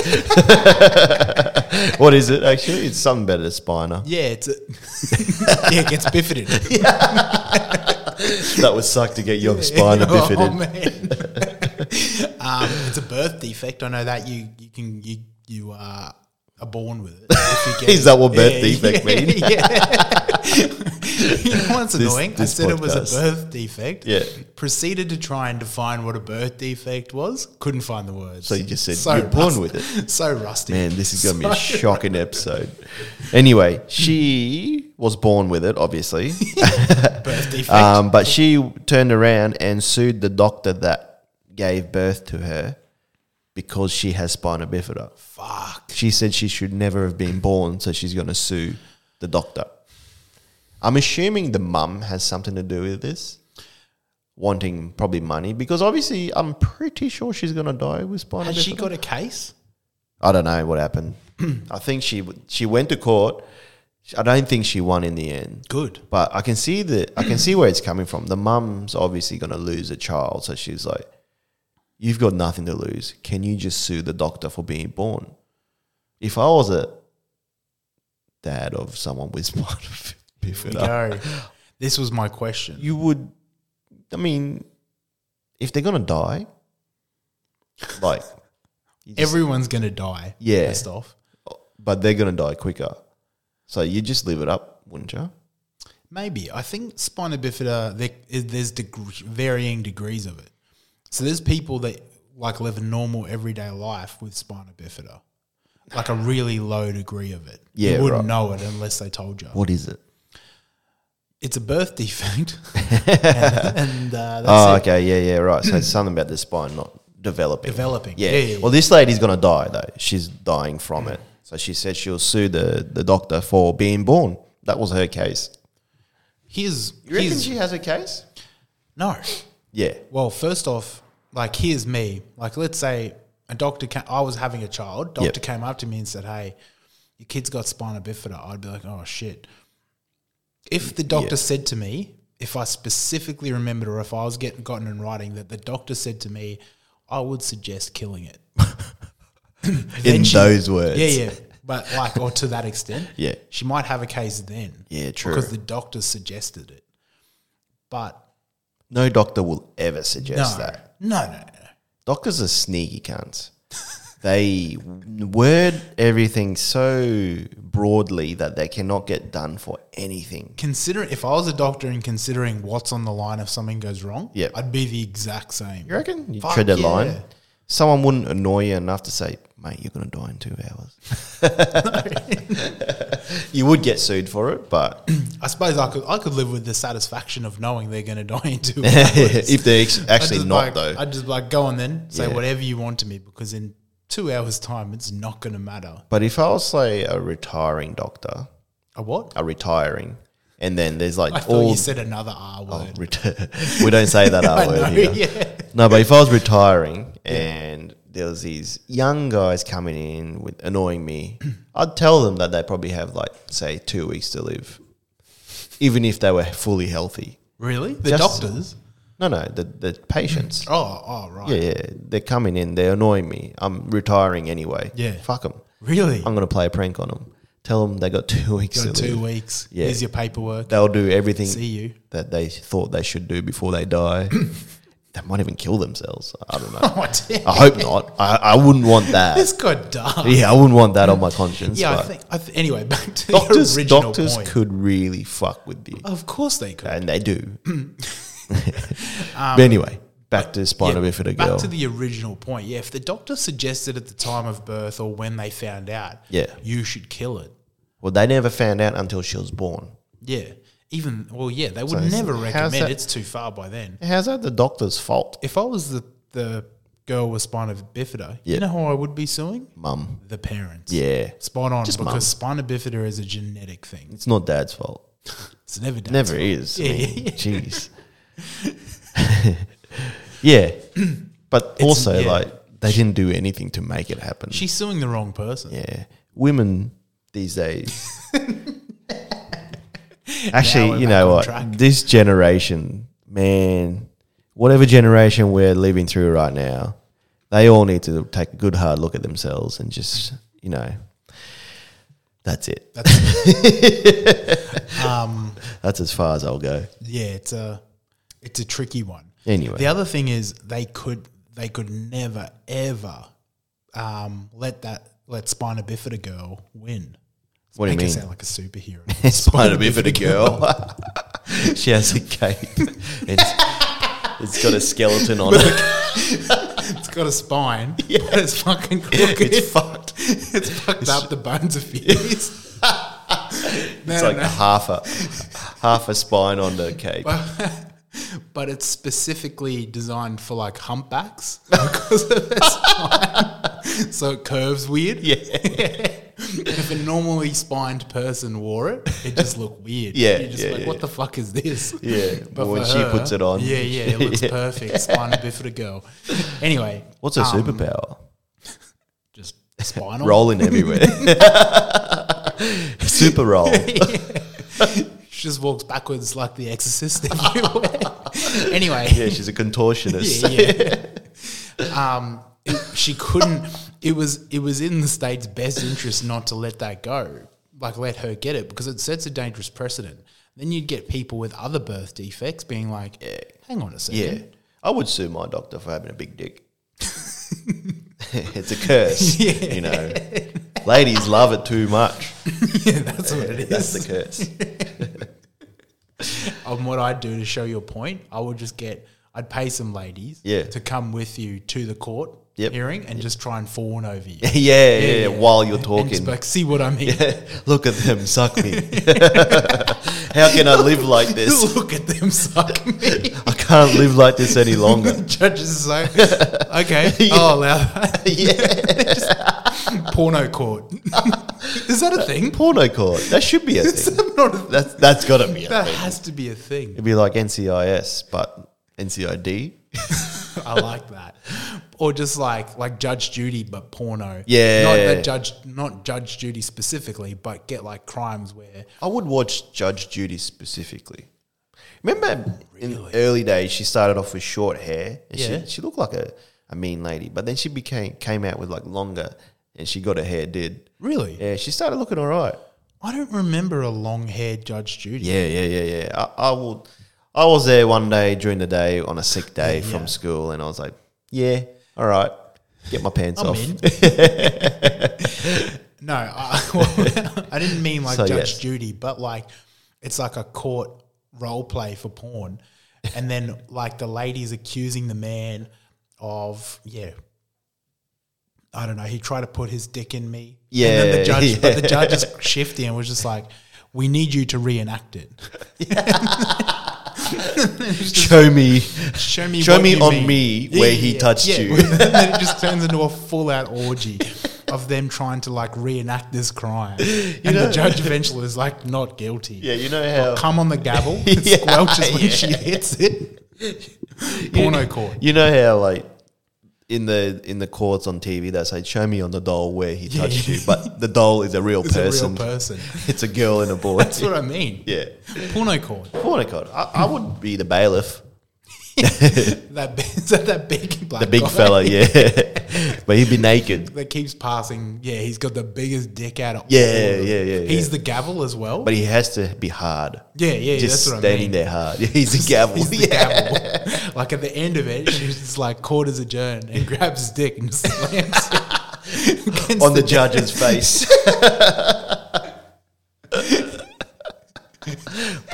Speaker 3: What is it actually? It's something better than spina.
Speaker 1: Yeah, it's a, yeah, it gets biffited.
Speaker 3: That would suck to get your spina
Speaker 1: Oh,
Speaker 3: bifided.
Speaker 1: man. um, it's a birth defect. I know that you you can you you uh, are born with it. If you get
Speaker 3: Is
Speaker 1: it.
Speaker 3: that what birth defect
Speaker 1: yeah,
Speaker 3: mean?
Speaker 1: Yeah. you know what's
Speaker 3: This-
Speaker 1: annoying?
Speaker 3: this
Speaker 1: I said it was
Speaker 3: podcast.
Speaker 1: a birth defect.
Speaker 3: Yeah.
Speaker 1: Proceeded to try and define what a birth defect was. Couldn't find the words.
Speaker 3: So you just said you're born with it.
Speaker 1: So rusty.
Speaker 3: Man, this is gonna be a
Speaker 1: So-
Speaker 3: shocking episode. Anyway, she was born with it, obviously.
Speaker 1: birth defect.
Speaker 3: Um, but she turned around and sued the doctor that gave birth to her because she has spina bifida.
Speaker 1: Fuck.
Speaker 3: She said she should never have been born, so she's going to sue the doctor. I'm assuming the mum has something to do with this, wanting probably money because obviously I'm pretty sure she's going to die with spina
Speaker 1: Has
Speaker 3: bifida.
Speaker 1: she got a case?
Speaker 3: I don't know what happened. I think she w- she went to court. I don't think she won in the end.
Speaker 1: Good.
Speaker 3: But I can see the I can see where it's coming from. The mum's obviously going to lose a child, so she's like, "You've got nothing to lose. Can you just sue the doctor for being born?" If I was a dad of someone with spina bifida,
Speaker 1: Go. This was my question.
Speaker 3: you would. I mean, if they're going to die, like, you just-
Speaker 1: Everyone's gonna die.
Speaker 3: Yeah.
Speaker 1: First off.
Speaker 3: but they're going to die quicker, so you just live it up, wouldn't you?
Speaker 1: Maybe I think spina bifida. There, is- there's deg- varying degrees of it. So there's people that like live a normal everyday life with spina bifida, like a really low degree of it.
Speaker 3: Yeah,
Speaker 1: you wouldn't
Speaker 3: right.
Speaker 1: know it unless they told you.
Speaker 3: What is it?
Speaker 1: It's a birth defect, and, and, uh, that's
Speaker 3: Oh,
Speaker 1: it.
Speaker 3: okay, yeah, yeah, right. So it's something about the spine not developing.
Speaker 1: Developing.
Speaker 3: Yeah.
Speaker 1: Yeah, yeah,
Speaker 3: Well, this lady's gonna die though. She's dying from it. So she said she'll sue the, the doctor for being born. That was her case.
Speaker 1: Here's,
Speaker 3: You reckon
Speaker 1: here's-
Speaker 3: she has a case?
Speaker 1: no.
Speaker 3: Yeah.
Speaker 1: Well, first off, like here's me. Like let's say a doctor. Came, I was having a child. Doctor
Speaker 3: Yep.
Speaker 1: came up to me and said, "Hey, your kid's got spina bifida." I'd be like, "Oh shit." If the doctor said to me, if I specifically remembered, or if I was getting gotten in writing that the doctor said to me, I would suggest killing it.
Speaker 3: In
Speaker 1: Then she-
Speaker 3: those words.
Speaker 1: Yeah, yeah. But like, or to that extent,
Speaker 3: Yeah.
Speaker 1: she might have a case then.
Speaker 3: Yeah, true.
Speaker 1: Because the doctor suggested it. But
Speaker 3: No doctor will ever
Speaker 1: no,
Speaker 3: suggest that.
Speaker 1: no, no, no.
Speaker 3: Doctors are sneaky cunts. they word everything so broadly that they cannot get done for anything.
Speaker 1: considering if I was a doctor and considering what's on the line if something goes wrong,
Speaker 3: Yep.
Speaker 1: I'd be the exact same.
Speaker 3: You reckon? You
Speaker 1: Fuck
Speaker 3: tread that
Speaker 1: yeah.
Speaker 3: line. Someone wouldn't annoy you enough to say, mate, you're going to die in two hours. you would get sued for it, but
Speaker 1: I suppose I could I could live with the satisfaction of knowing they're going to die in two hours.
Speaker 3: if they're ex-
Speaker 1: I'd
Speaker 3: actually
Speaker 1: just
Speaker 3: not,
Speaker 1: like,
Speaker 3: though.
Speaker 1: I'd just like go on then say
Speaker 3: Yeah.
Speaker 1: whatever you want to me because in two hours time it's not going to matter.
Speaker 3: but if I was, say, a retiring doctor,
Speaker 1: A what?
Speaker 3: a retiring, and then there's like
Speaker 1: I thought
Speaker 3: all.
Speaker 1: you said another R word.
Speaker 3: ret- we don't say that
Speaker 1: I
Speaker 3: Oh, R
Speaker 1: know,
Speaker 3: word here.
Speaker 1: yeah.
Speaker 3: No, but if I was retiring and there was these young guys coming in with annoying me, I'd tell them that they probably have like say two weeks to live, even if they were fully healthy.
Speaker 1: Really? The
Speaker 3: Just-
Speaker 1: doctors?
Speaker 3: No, no, the the patients.
Speaker 1: Oh, oh, right.
Speaker 3: Yeah, yeah, they're coming in. They're annoying me. I'm retiring anyway.
Speaker 1: Yeah.
Speaker 3: fuck them.
Speaker 1: Really?
Speaker 3: I'm gonna play a prank on them. Tell them they got two weeks.
Speaker 1: Got
Speaker 3: to
Speaker 1: two
Speaker 3: live.
Speaker 1: weeks.
Speaker 3: Yeah.
Speaker 1: Here's your paperwork.
Speaker 3: They'll do everything
Speaker 1: See you.
Speaker 3: that they thought they should do before they die. they might even kill themselves. I don't know.
Speaker 1: Oh, damn.
Speaker 3: I hope not. I, I wouldn't want that.
Speaker 1: This got dark.
Speaker 3: Yeah, I wouldn't want that on my conscience.
Speaker 1: Yeah, I
Speaker 3: but
Speaker 1: think. I th- anyway, back to
Speaker 3: doctors,
Speaker 1: the original
Speaker 3: doctors
Speaker 1: point. Oh.
Speaker 3: could really fuck with you,
Speaker 1: of course, they could.
Speaker 3: and they do.
Speaker 1: Um,
Speaker 3: but anyway, back to spina
Speaker 1: Yeah,
Speaker 3: bifida
Speaker 1: back
Speaker 3: girl.
Speaker 1: to the original point. Yeah, if the doctor suggested at the time of birth or when they found out,
Speaker 3: Yeah.
Speaker 1: you should kill it.
Speaker 3: well, they never found out until she was born.
Speaker 1: Yeah, even well, yeah, they would
Speaker 3: it's-
Speaker 1: never
Speaker 3: how's
Speaker 1: recommend.
Speaker 3: that-
Speaker 1: It's too far by then.
Speaker 3: How's that the doctor's fault,
Speaker 1: If I was the the girl with spina bifida,
Speaker 3: Yeah.
Speaker 1: you know who I would be suing?
Speaker 3: mum?
Speaker 1: The parents.
Speaker 3: Yeah,
Speaker 1: Spot on,
Speaker 3: Just
Speaker 1: because spina bifida is a genetic thing.
Speaker 3: it's not dad's fault.
Speaker 1: It's never done.
Speaker 3: never is. I
Speaker 1: Yeah,
Speaker 3: mean,
Speaker 1: yeah, yeah.
Speaker 3: Jeez. yeah, but also
Speaker 1: yeah.
Speaker 3: like they didn't do anything to make it happen.
Speaker 1: She's suing the wrong person.
Speaker 3: Yeah, women these days. Actually,
Speaker 1: we're
Speaker 3: you
Speaker 1: back
Speaker 3: know
Speaker 1: on
Speaker 3: what?
Speaker 1: track.
Speaker 3: This generation, man, whatever generation we're living through right now, they all need to take a good hard look at themselves and just, you know, That's it.
Speaker 1: That's um,
Speaker 3: That's as far as I'll go.
Speaker 1: yeah, it's a it's a tricky one.
Speaker 3: Anyway.
Speaker 1: The other thing is they could they could never ever um, let that let Spina Bifida girl win.
Speaker 3: What do you
Speaker 1: Make her
Speaker 3: mean?
Speaker 1: sound like a superhero.
Speaker 3: Spina Bifida girl. she has a cape. It's, it's got a skeleton on it.
Speaker 1: it's got a spine, but it's fucking crooked.
Speaker 3: It's fucked.
Speaker 1: It's fucked up the bones of his. no,
Speaker 3: It's
Speaker 1: no,
Speaker 3: like
Speaker 1: no.
Speaker 3: half a half a spine on the cape.
Speaker 1: but it's specifically designed for like humpbacks because of its spine. so it curves weird.
Speaker 3: Yeah.
Speaker 1: if a normally spined person wore it, it'd just look weird.
Speaker 3: Yeah,
Speaker 1: You're just
Speaker 3: yeah,
Speaker 1: like,
Speaker 3: yeah.
Speaker 1: what the fuck is this?
Speaker 3: Yeah. But
Speaker 1: for
Speaker 3: when she
Speaker 1: her-
Speaker 3: puts it on.
Speaker 1: Yeah, yeah, it looks
Speaker 3: Yeah.
Speaker 1: perfect. Spina bifida girl. Anyway, um,
Speaker 3: What's her superpower?
Speaker 1: just spinal.
Speaker 3: Rolling everywhere. Super roll.
Speaker 1: She just walks backwards like the exorcist everywhere. anyway.
Speaker 3: Yeah, she's a contortionist.
Speaker 1: yeah, yeah. um, it- she couldn't. It was it was in the state's best interest not to let that go, like let her get it because it sets a dangerous precedent. Then you'd get people with other birth defects being like, "Eh, "Hang on a
Speaker 3: Yeah.
Speaker 1: second,
Speaker 3: I would sue my doctor for having a big dick. it's a curse. You know. Ladies love it too much.
Speaker 1: yeah, that's what it
Speaker 3: That's
Speaker 1: is."
Speaker 3: the curse.
Speaker 1: On what I'd do to show your point, I would just get. I'd pay some ladies
Speaker 3: Yeah.
Speaker 1: to come with you to the court
Speaker 3: Yep.
Speaker 1: hearing and just try and fawn over you.
Speaker 3: yeah, yeah, yeah, While you're
Speaker 1: And just
Speaker 3: talking.
Speaker 1: be like, see what I mean?
Speaker 3: Look at them suck me. How can I live like this?
Speaker 1: Look at them suck me.
Speaker 3: I can't live like this any longer.
Speaker 1: Judges is like, okay, I'll allow that.
Speaker 3: yeah.
Speaker 1: Porno court. is that a thing?
Speaker 3: Porno court. That should be a
Speaker 1: Is
Speaker 3: thing.
Speaker 1: that not a
Speaker 3: That's that's gotta be a
Speaker 1: That
Speaker 3: thing.
Speaker 1: has to be a thing.
Speaker 3: It'd be like NCIS, but NCID.
Speaker 1: I like that. Or just like like Judge Judy, but porno.
Speaker 3: Yeah.
Speaker 1: Not that Judge, not Judge Judy specifically, but get like crimes where
Speaker 3: I would watch Judge Judy specifically. Remember in early days, she started off with short hair. And
Speaker 1: Yeah.
Speaker 3: she, she looked like a, a mean lady, but then she became came out with like longer and she got her hair did.
Speaker 1: really
Speaker 3: Yeah, she started looking all right.
Speaker 1: I don't remember a long haired Judge Judy.
Speaker 3: Yeah, yeah, yeah, yeah. I, I will. I was there one day during the day on a sick day
Speaker 1: Yeah.
Speaker 3: from school, and I was like, "Yeah, all right, get my pants
Speaker 1: I'm
Speaker 3: off."
Speaker 1: in. no, I, I didn't mean like
Speaker 3: So,
Speaker 1: Judge
Speaker 3: yes.
Speaker 1: Judy, but like it's like a court role play for porn, and then like the lady's accusing the man of yeah. I don't know. He tried to put his dick in me. And then
Speaker 3: Yeah,
Speaker 1: the judge, but the
Speaker 3: yeah.
Speaker 1: judge is shifty and was just like, "We need you to reenact it.
Speaker 3: Show me,
Speaker 1: Show me,
Speaker 3: show
Speaker 1: what
Speaker 3: me
Speaker 1: you
Speaker 3: on
Speaker 1: mean."
Speaker 3: me where he touched you.
Speaker 1: and then it just turns into a full out orgy of them trying to like reenact this crime. and the judge eventually is like, not guilty.
Speaker 3: yeah, you know how
Speaker 1: Come on the gavel, it
Speaker 3: Yeah,
Speaker 1: squelches when
Speaker 3: yeah.
Speaker 1: she hits it. Porno court.
Speaker 3: you know how like in the in the courts on TV they say, "Show me on the doll where he touched
Speaker 1: yeah.
Speaker 3: you," but the doll is a real
Speaker 1: It's
Speaker 3: person.
Speaker 1: a real person.
Speaker 3: It's a girl and a boy.
Speaker 1: That's what I mean.
Speaker 3: yeah,
Speaker 1: Porno court.
Speaker 3: oh my god, I, I would be the bailiff.
Speaker 1: That, is that that big black
Speaker 3: The big
Speaker 1: guy
Speaker 3: fella, yeah, but he'd be naked.
Speaker 1: That keeps passing. Yeah, he's got the biggest dick out of all
Speaker 3: Yeah,
Speaker 1: of them.
Speaker 3: yeah, yeah,
Speaker 1: He's
Speaker 3: yeah.
Speaker 1: the gavel as well.
Speaker 3: But he has to be hard.
Speaker 1: yeah, yeah, yeah,
Speaker 3: just
Speaker 1: that's what I
Speaker 3: standing
Speaker 1: mean.
Speaker 3: there hard. He's a gavel.
Speaker 1: He's the
Speaker 3: yeah.
Speaker 1: gavel. Like at the end of it, she's just like quarters adjourned and grabs his dick and slams it against
Speaker 3: On the
Speaker 1: desk.
Speaker 3: judge's face.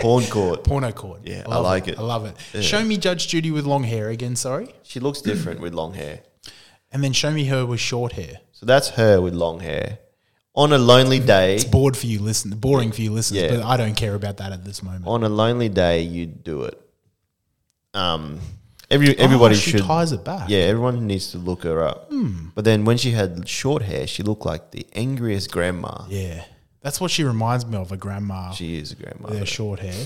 Speaker 3: Porn court.
Speaker 1: porno cord.
Speaker 3: Yeah, I
Speaker 1: love
Speaker 3: like it.
Speaker 1: I love it. Show me Judge Judy with long hair again, sorry,
Speaker 3: She looks different with long hair.
Speaker 1: and then show me her with short hair.
Speaker 3: So that's her with long hair. On a lonely day,
Speaker 1: Bored for you, listen. Boring for you, listeners,
Speaker 3: Yeah. Oh,
Speaker 1: but I don't care about that at this moment.
Speaker 3: on a lonely day, you do it. Um, every everybody
Speaker 1: Oh, she Hmm.
Speaker 3: should.
Speaker 1: ties it back.
Speaker 3: Yeah, everyone needs to look her up. But then when she had short hair, she looked like the angriest grandma.
Speaker 1: yeah. That's what she reminds me of a grandma. with
Speaker 3: She is a grandma.
Speaker 1: their short hair.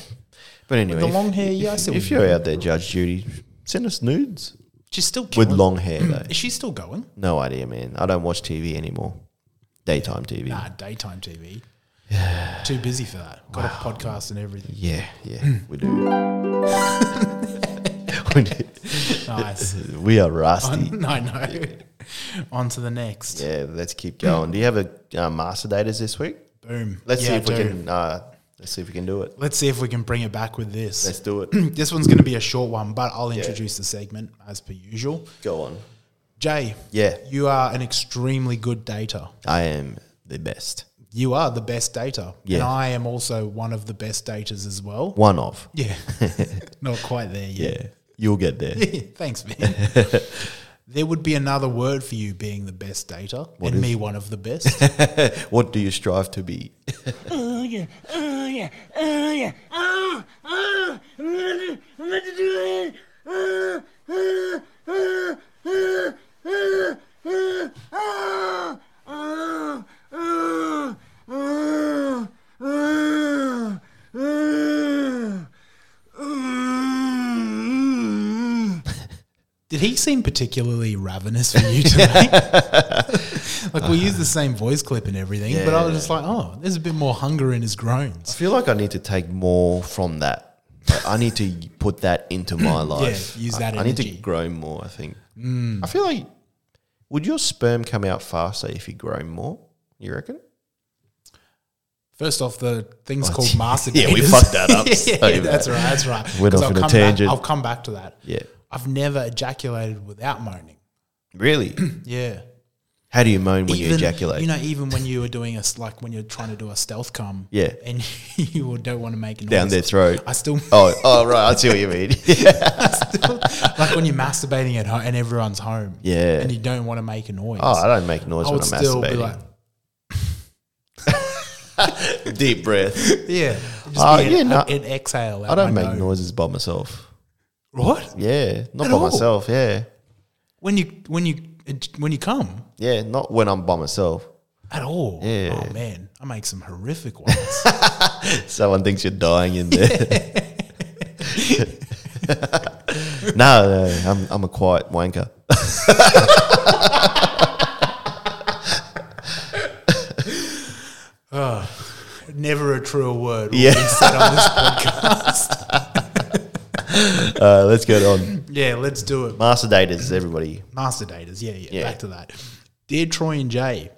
Speaker 3: But anyway,
Speaker 1: the
Speaker 3: if-
Speaker 1: long hair,
Speaker 3: if-
Speaker 1: yeah, I see what
Speaker 3: If
Speaker 1: you
Speaker 3: you're out there, Judge Judy, send us nudes
Speaker 1: She's still
Speaker 3: with
Speaker 1: killing.
Speaker 3: long hair though.
Speaker 1: Is she still going?
Speaker 3: No idea, man. I don't watch TV anymore. Daytime TV.
Speaker 1: Nah, daytime TV. Too busy for that. Got a podcast and everything.
Speaker 3: Yeah, yeah,
Speaker 1: Hmm.
Speaker 3: we do. We do.
Speaker 1: Nice.
Speaker 3: we are rusty.
Speaker 1: I know. On to the next.
Speaker 3: Yeah, let's keep going. Do you have a uh, master daters this week?
Speaker 1: Boom.
Speaker 3: Let's
Speaker 1: Yeah,
Speaker 3: see if we
Speaker 1: do.
Speaker 3: can. Uh, let's see if we can do it.
Speaker 1: Let's see if we can bring it back with this.
Speaker 3: Let's do it.
Speaker 1: this one's going to be a short one, but I'll introduce the segment as per usual.
Speaker 3: Go on.
Speaker 1: Jay,
Speaker 3: Yeah,
Speaker 1: you are an extremely good dater.
Speaker 3: I am the best.
Speaker 1: You are the best dater. And
Speaker 3: Yeah.
Speaker 1: I am also one of the best daters as well.
Speaker 3: One of.
Speaker 1: Yeah. Not quite there yet.
Speaker 3: Yeah, you'll get there.
Speaker 1: Thanks, man. there would be another word for you being the best dater and me one of the best.
Speaker 3: What do you strive to be?
Speaker 4: Oh yeah, oh yeah, oh yeah, oh, oh, I'm gonna, I'm gonna do it. Oh, oh, oh, oh, oh, oh, oh, oh, oh, oh, oh, oh, oh.
Speaker 1: Did he seem particularly ravenous for you today? like, we use the same voice clip and everything, but I was just like, oh, there's a bit more hunger in his
Speaker 3: I
Speaker 1: groans.
Speaker 3: feel like I need to take more from that. Like, I need to put that into my life.
Speaker 1: use
Speaker 3: I-
Speaker 1: that
Speaker 3: I, need to
Speaker 1: energy. Mm.
Speaker 3: grow more. I think. I feel like would your sperm come out faster if you grow more? You reckon?
Speaker 1: First off, the thing's
Speaker 3: Oh,
Speaker 1: called
Speaker 3: gee.
Speaker 1: masturbators.
Speaker 3: Yeah, we fucked that up
Speaker 1: yeah,
Speaker 3: so
Speaker 1: yeah, that's
Speaker 3: bad.
Speaker 1: right. That's right.
Speaker 3: Went
Speaker 1: 'Cause
Speaker 3: off
Speaker 1: I'll
Speaker 3: on a
Speaker 1: come back-
Speaker 3: tangent.
Speaker 1: I'll come back to that.
Speaker 3: Yeah.
Speaker 1: I've never ejaculated without moaning.
Speaker 3: Really?
Speaker 1: Yeah.
Speaker 3: How do you moan when you
Speaker 1: Even-
Speaker 3: ejaculate?
Speaker 1: You know, even when you were doing a s- like when you're trying to do a stealth cum,
Speaker 3: Yeah.
Speaker 1: and you don't want to make a noise
Speaker 3: Down their throat.
Speaker 1: I still
Speaker 3: oh, oh, right. I see what you mean.
Speaker 1: like when you're masturbating at home and everyone's home,
Speaker 3: Yeah.
Speaker 1: and you don't want to make a noise.
Speaker 3: oh, I don't make noise
Speaker 1: I
Speaker 3: when
Speaker 1: would
Speaker 3: I'm
Speaker 1: still be
Speaker 3: masturbating.
Speaker 1: like,
Speaker 3: Deep breath.
Speaker 1: yeah, just
Speaker 3: Oh,
Speaker 1: be
Speaker 3: yeah,
Speaker 1: an,
Speaker 3: no.
Speaker 1: an exhale. out
Speaker 3: I don't
Speaker 1: my
Speaker 3: make
Speaker 1: nose.
Speaker 3: noises by myself.
Speaker 1: What
Speaker 3: Yeah, not
Speaker 1: At
Speaker 3: by
Speaker 1: all?
Speaker 3: myself. Yeah,
Speaker 1: when you when you when you come
Speaker 3: yeah, not when I'm by myself.
Speaker 1: at all?
Speaker 3: Yeah.
Speaker 1: Oh man, I make some horrific ones.
Speaker 3: Someone thinks you're dying in there. no, no, I'm I'm a quiet wanker.
Speaker 1: Never a truer word. will
Speaker 3: Yeah.
Speaker 1: be said on this podcast.
Speaker 3: Uh, let's get on.
Speaker 1: yeah, let's do it.
Speaker 3: Master daters, everybody.
Speaker 1: Master daters. Yeah, yeah,
Speaker 3: Yeah.
Speaker 1: Back to that. Dear Troy and Jay.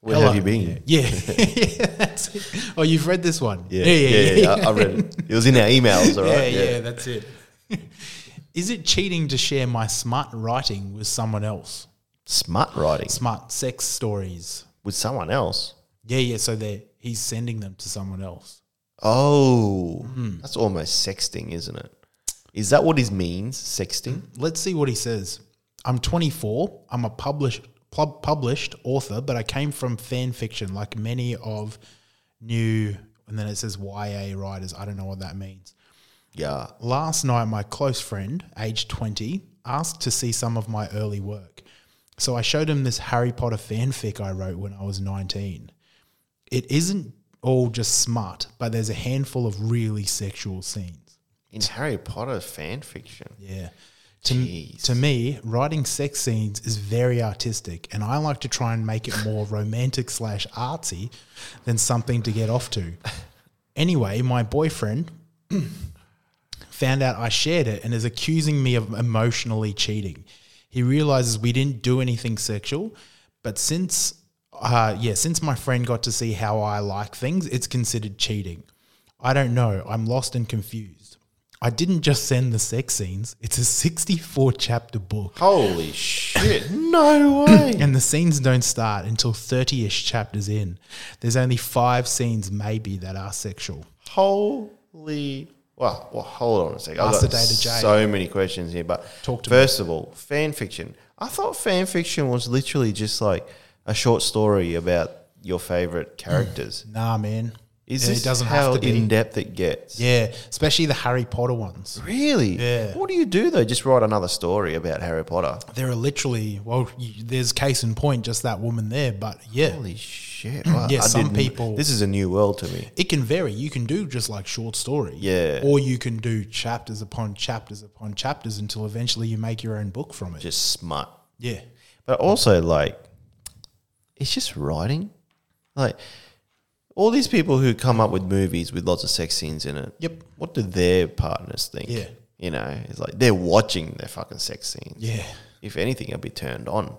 Speaker 3: Where
Speaker 1: Hello.
Speaker 3: have you been?
Speaker 1: Yeah. yeah that's it. Oh, you've read this one.
Speaker 3: Yeah, yeah, yeah. I, I read it. It was in our emails, all
Speaker 1: Yeah,
Speaker 3: right?
Speaker 1: yeah, that's it. Is it cheating to share my smart writing with someone else?
Speaker 3: Smut writing
Speaker 1: Smart sex stories.
Speaker 3: with someone else.
Speaker 1: Yeah, yeah. So they he's sending them to someone else.
Speaker 3: Oh, that's almost sexting, isn't it? Is that what his means? Sexting?
Speaker 1: Let's see what he says. I'm 24. I'm a published pub, published author, but I came from fan fiction, like many of new. And then it says YA writers. I don't know what that means.
Speaker 3: Yeah.
Speaker 1: Last night, my close friend, aged 20, asked to see some of my early work. So I showed him this Harry Potter fanfic I wrote when I was 19. It isn't all just smart, but there's a handful of really sexual scenes.
Speaker 3: In Harry Potter fan fiction.
Speaker 1: Yeah. To, to me, writing sex scenes is very artistic, and I like to try and make it more romantic slash artsy than something to get off to. Anyway, my boyfriend found out I shared it and is accusing me of emotionally cheating. He realizes we didn't do anything sexual, but since uh, yeah, since my friend got to see how I like things, it's considered cheating. I don't know. I'm lost and confused. I didn't just send the sex scenes. It's a 64 chapter book.
Speaker 3: Holy shit. no way.
Speaker 1: And the scenes don't start until 30 ish chapters in. There's only five scenes, maybe, that are sexual.
Speaker 3: Holy. Well, well, hold on a second. I've
Speaker 1: Master
Speaker 3: got
Speaker 1: Data J.
Speaker 3: so many questions here, but
Speaker 1: Talk to
Speaker 3: first of all, fan fiction. I thought fan fiction was literally just like a short story about your favorite characters.
Speaker 1: Nah, man.
Speaker 3: Is
Speaker 1: Yeah,
Speaker 3: this how in depth it gets?
Speaker 1: Yeah, especially the Harry Potter ones.
Speaker 3: Really?
Speaker 1: Yeah.
Speaker 3: What do you do though? Just write another story about Harry Potter.
Speaker 1: There are literally, well, you, there's case in point, just that woman there, but yeah.
Speaker 3: Holy shit! Wow,
Speaker 1: Yeah,
Speaker 3: I
Speaker 1: some
Speaker 3: didn't-
Speaker 1: people-
Speaker 3: This is a new world to me.
Speaker 1: it can vary. You can do just like short story.
Speaker 3: Yeah.
Speaker 1: Or you can do chapters upon chapters upon chapters until eventually you make your own book from it.
Speaker 3: Just smut.
Speaker 1: yeah.
Speaker 3: But also, like, it's just writing. Like, all these people who come up with movies with lots of sex scenes in it.
Speaker 1: Yep.
Speaker 3: What do their partners think?
Speaker 1: Yeah.
Speaker 3: You know, it's like they're watching their fucking sex scenes.
Speaker 1: Yeah.
Speaker 3: If anything, I'll be turned on.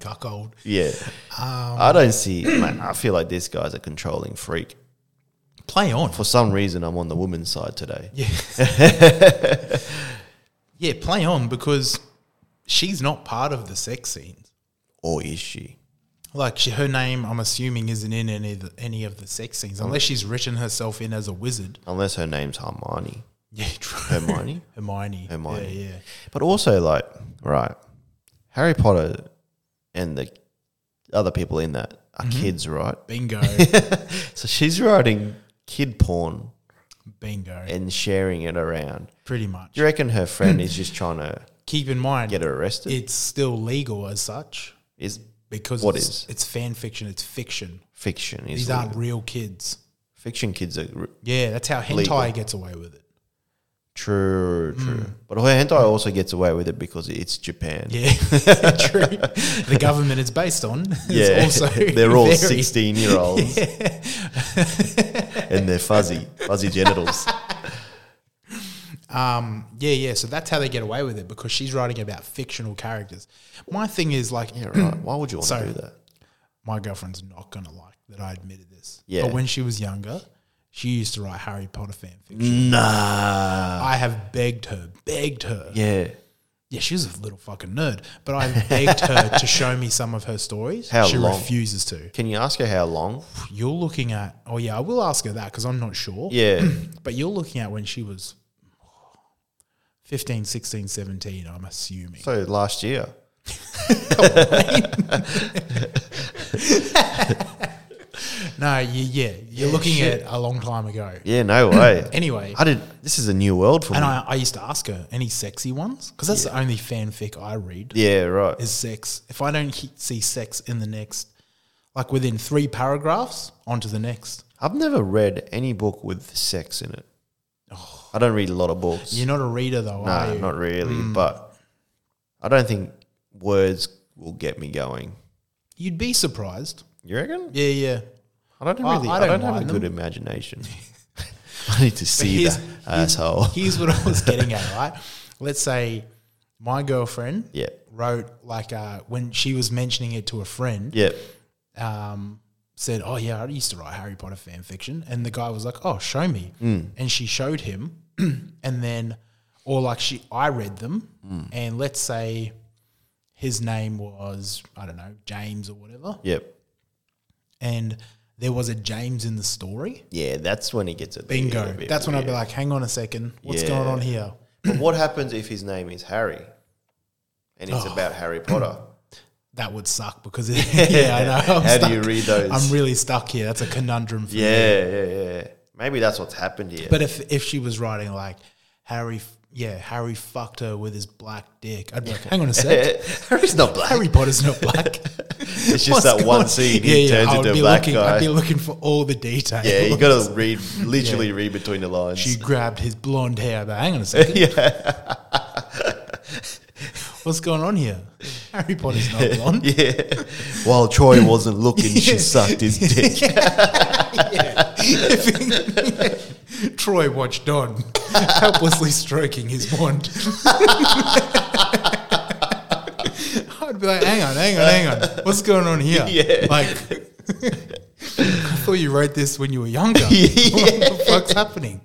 Speaker 1: Cuckold.
Speaker 3: Yeah. I
Speaker 1: Um,
Speaker 3: don't see. Man, I feel like this guy's a controlling freak.
Speaker 1: Play on.
Speaker 3: For some reason, I'm on the woman's side today.
Speaker 1: Yeah. yeah, play on because she's not part of the sex scenes.
Speaker 3: Or is she?
Speaker 1: Like she, her name, I'm assuming, isn't in any of the, any of the sex scenes unless she's written herself in as a wizard.
Speaker 3: Unless her name's Harmony.
Speaker 1: Yeah, true.
Speaker 3: Hermione?
Speaker 1: Hermione.
Speaker 3: Hermione.
Speaker 1: Yeah, yeah.
Speaker 3: But also, like, right, Harry Potter and the other people in that are
Speaker 1: Mm-hmm.
Speaker 3: kids, right?
Speaker 1: Bingo.
Speaker 3: So she's writing kid porn
Speaker 1: bingo.
Speaker 3: and sharing it around.
Speaker 1: Pretty much.
Speaker 3: Do you reckon her friend is just trying to
Speaker 1: Keep in mind,
Speaker 3: get her arrested?
Speaker 1: it's still legal as such
Speaker 3: is
Speaker 1: because
Speaker 3: What
Speaker 1: it's,
Speaker 3: is?
Speaker 1: it's fan fiction. It's fiction.
Speaker 3: fiction? Is
Speaker 1: These
Speaker 3: legal.
Speaker 1: aren't real kids.
Speaker 3: fiction kids are r-
Speaker 1: Yeah, that's how hentai
Speaker 3: Legal.
Speaker 1: gets away with it.
Speaker 3: true,
Speaker 1: Mm.
Speaker 3: true. But her hentai also gets away with it because it's Japan.
Speaker 1: Yeah, true. The government it's based on. is
Speaker 3: Yeah.
Speaker 1: also
Speaker 3: they're all
Speaker 1: very-
Speaker 3: sixteen year olds, and they're fuzzy, fuzzy genitals.
Speaker 1: Yeah, yeah. So that's how they get away with it because she's writing about fictional characters. My thing is like,
Speaker 3: Yeah, right. Why would you want
Speaker 1: Sorry.
Speaker 3: to do that?
Speaker 1: my girlfriend's not gonna like that I admitted this.
Speaker 3: Yeah.
Speaker 1: But when she was younger, she used to write Harry Potter fan fiction.
Speaker 3: Nah.
Speaker 1: I have begged her, begged her.
Speaker 3: Yeah.
Speaker 1: Yeah, she was a little fucking nerd, but I begged her to show me some of her stories.
Speaker 3: How
Speaker 1: she
Speaker 3: long?
Speaker 1: refuses to.
Speaker 3: Can you ask her how long?
Speaker 1: You're looking at, oh yeah, I will ask her that because I'm not sure.
Speaker 3: Yeah.
Speaker 1: But you're looking at when she was 15, 16, 17, I'm assuming.
Speaker 3: so last year.
Speaker 1: no, you, yeah, you're looking at a long time ago.
Speaker 3: Yeah, no way.
Speaker 1: Anyway,
Speaker 3: I did. This is a new world for
Speaker 1: and
Speaker 3: me.
Speaker 1: I, I used to ask her, any sexy ones? Because that's the only fanfic I read
Speaker 3: yeah, right.
Speaker 1: is sex. If I don't he- see sex in the next, like within three paragraphs, on to the next.
Speaker 3: I've never read any book with sex in it.
Speaker 1: Oh.
Speaker 3: I don't read a lot of books.
Speaker 1: You're not a reader though,
Speaker 3: nah,
Speaker 1: are you?
Speaker 3: not really.
Speaker 1: Mm.
Speaker 3: But I don't think words will get me going.
Speaker 1: You'd be surprised.
Speaker 3: You reckon?
Speaker 1: Yeah, yeah.
Speaker 3: I don't
Speaker 1: I-
Speaker 3: really.
Speaker 1: I
Speaker 3: I
Speaker 1: don't
Speaker 3: don't, have a
Speaker 1: mind
Speaker 3: good
Speaker 1: them.
Speaker 3: imagination. I need to see
Speaker 1: here's-
Speaker 3: that asshole.
Speaker 1: Here's what I was getting at, right? Let's say my girlfriend
Speaker 3: Yeah.
Speaker 1: wrote like uh, when she was mentioning it to a friend,
Speaker 3: Yeah.
Speaker 1: um, said, "Oh yeah, I used to write Harry Potter fan fiction," and the guy was like, "Oh, show me,"
Speaker 3: Mm.
Speaker 1: and she showed him, and then, or like she, I read them,
Speaker 3: Mm.
Speaker 1: and let's say his name was I don't know James or whatever,
Speaker 3: Yeah.
Speaker 1: and there was a James in the story.
Speaker 3: Yeah. That's when it gets a
Speaker 1: Bingo!
Speaker 3: little bit
Speaker 1: That's when I'd be
Speaker 3: weird.
Speaker 1: like, "Hang on a second, what's
Speaker 3: Yeah.
Speaker 1: going on here?"
Speaker 3: But what happens if his name is Harry and it's about Harry Potter?
Speaker 1: That would suck because it, yeah, I know. I'm
Speaker 3: How do you
Speaker 1: stuck.
Speaker 3: read those?
Speaker 1: I'm really stuck here. That's a conundrum for me.
Speaker 3: yeah, yeah, yeah. Maybe that's what's happened here.
Speaker 1: But if if she was writing like Harry, f- yeah, Harry fucked her with his black dick, I'd be like, hang on a sec,
Speaker 3: Eh, Harry's not black.
Speaker 1: Harry Potter's not black.
Speaker 3: it's just that one scene he turns into a
Speaker 1: be
Speaker 3: black
Speaker 1: looking,
Speaker 3: guy.
Speaker 1: I'd be looking for all the details.
Speaker 3: yeah, you got to read, literally read between the lines.
Speaker 1: She grabbed his blonde hair. But hang on a second. What's going on here? Harry Potter's not blonde.
Speaker 3: yeah. While Troy wasn't looking, she sucked his dick.
Speaker 1: Troy watched on, helplessly stroking his wand. I'd be like, hang on, hang on, hang on. What's going on here?
Speaker 3: Yeah.
Speaker 1: Like, I thought you wrote this when you were younger. What the fuck's happening?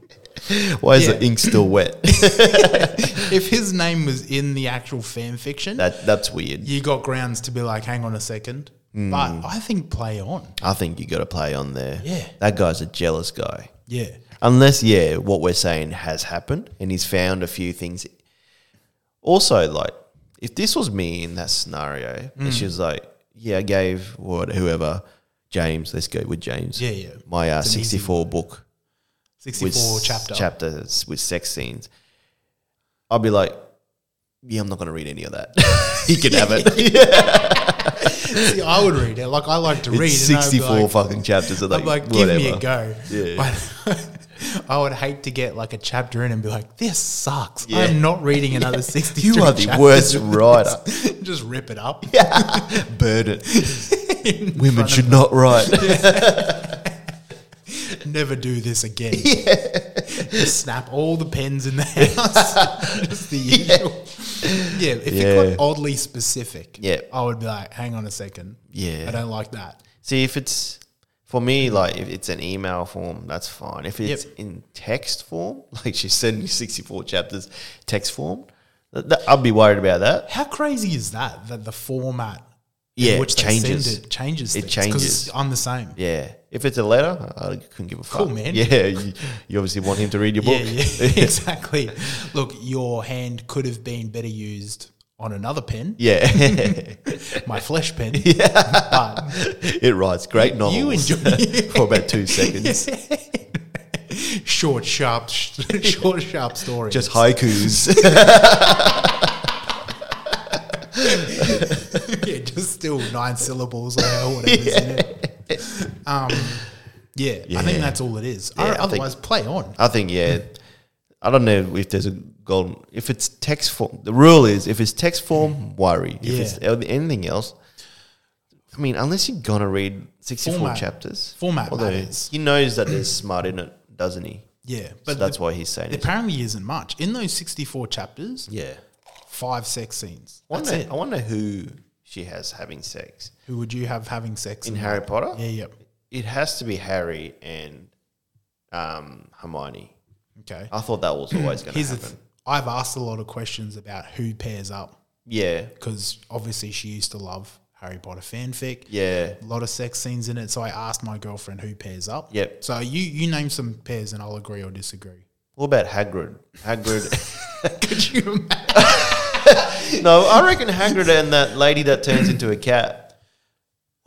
Speaker 3: Why is
Speaker 1: Yeah.
Speaker 3: the ink still wet?
Speaker 1: If his name was in the actual fan fiction,
Speaker 3: that that's weird.
Speaker 1: you got grounds to be like, hang on a second.
Speaker 3: Mm.
Speaker 1: But I think play on.
Speaker 3: I think you got to play on there.
Speaker 1: Yeah.
Speaker 3: that guy's a jealous guy.
Speaker 1: Yeah.
Speaker 3: Unless, yeah, what we're saying has happened and he's found a few things. Also, like, if this was me in that scenario,
Speaker 1: Mm.
Speaker 3: and she was like, yeah, I gave what, whoever, James, let's go with James.
Speaker 1: Yeah, yeah.
Speaker 3: My uh,
Speaker 1: It's an easy
Speaker 3: 64 book
Speaker 1: 64
Speaker 3: with s-
Speaker 1: chapter.
Speaker 3: chapters with sex scenes. I'd be like, yeah, I'm not going to read any of that. he can have it.
Speaker 1: See, I would read it. Like, I like to read.
Speaker 3: It's
Speaker 1: and I'd be
Speaker 3: 64
Speaker 1: like-
Speaker 3: fucking chapters of like,
Speaker 1: I'm like, give
Speaker 3: whatever.
Speaker 1: me a go.
Speaker 3: Yeah.
Speaker 1: But I would hate to get like a chapter in and be like, this sucks.
Speaker 3: Yeah.
Speaker 1: I'm not reading another 60
Speaker 3: You are the worst writer.
Speaker 1: Just rip it up.
Speaker 3: Burden. Women should not write.
Speaker 1: Never do this again. Just snap all the pens in the house. Just the usual. Yeah, if
Speaker 3: Yeah.
Speaker 1: it got oddly specific,
Speaker 3: Yeah.
Speaker 1: I would be like, hang on a second.
Speaker 3: Yeah.
Speaker 1: I don't like that.
Speaker 3: See if it's for me, like if it's an email form, that's fine. If it's
Speaker 1: Yep.
Speaker 3: in text form, like she sent me sixty four chapters text form, that, that, I'd be worried about that.
Speaker 1: How crazy is that? That the format
Speaker 3: Yeah,
Speaker 1: in which they
Speaker 3: changes.
Speaker 1: send it changes.
Speaker 3: It
Speaker 1: things, 'cause
Speaker 3: changes.
Speaker 1: I'm the same.
Speaker 3: Yeah, if it's a letter, I couldn't give a fuck.
Speaker 1: Cool, man.
Speaker 3: Yeah, you, you obviously want him to read your
Speaker 1: Yeah,
Speaker 3: book.
Speaker 1: yeah, exactly. Look, your hand could have been better used on another pen,
Speaker 3: yeah.
Speaker 1: my flesh pen. Yeah.
Speaker 3: it writes great novels
Speaker 1: you enjoy-
Speaker 3: for about two seconds.
Speaker 1: But short, sharp, short, sharp stories.
Speaker 3: Just haikus.
Speaker 1: yeah, just still nine syllables or how- whatever's in it. Um, yeah, I think
Speaker 3: Yeah.
Speaker 1: that's all it is.
Speaker 3: Yeah, I think-
Speaker 1: otherwise, play on.
Speaker 3: I think yeah. I don't know if there's a golden. If it's text form, the rule is if it's text form, worry. If it's
Speaker 1: Yeah.
Speaker 3: el- anything else, I mean, unless you're gonna read sixty-four
Speaker 1: Format.
Speaker 3: chapters,
Speaker 1: Format
Speaker 3: although
Speaker 1: matters.
Speaker 3: he knows that there's smart in it, doesn't he?
Speaker 1: Yeah,
Speaker 3: But
Speaker 1: but
Speaker 3: that's
Speaker 1: the-
Speaker 3: why he's saying
Speaker 1: there
Speaker 3: it.
Speaker 1: apparently isn't much in those sixty-four chapters.
Speaker 3: Yeah,
Speaker 1: Five sex scenes.
Speaker 3: I
Speaker 1: That's
Speaker 3: wonder,
Speaker 1: it.
Speaker 3: I wonder who she has having sex
Speaker 1: Who would you have having sex
Speaker 3: in
Speaker 1: with?
Speaker 3: Harry Potter.
Speaker 1: Yeah, yeah.
Speaker 3: It has to be Harry and um, Hermione.
Speaker 1: Okay.
Speaker 3: I thought that was always going to
Speaker 1: Here's the
Speaker 3: happen.
Speaker 1: th- I've asked a lot of questions about who pairs up
Speaker 3: yeah,
Speaker 1: because obviously she used to love Harry Potter fanfic.
Speaker 3: yeah.
Speaker 1: A lot of sex scenes in it. So I asked my girlfriend who pairs up.
Speaker 3: Yep.
Speaker 1: So you you name some pairs and I'll agree or disagree.
Speaker 3: What about Hagrid? Hagrid.
Speaker 1: Could you imagine?
Speaker 3: No, I reckon Hagrid and that lady that turns into a cat,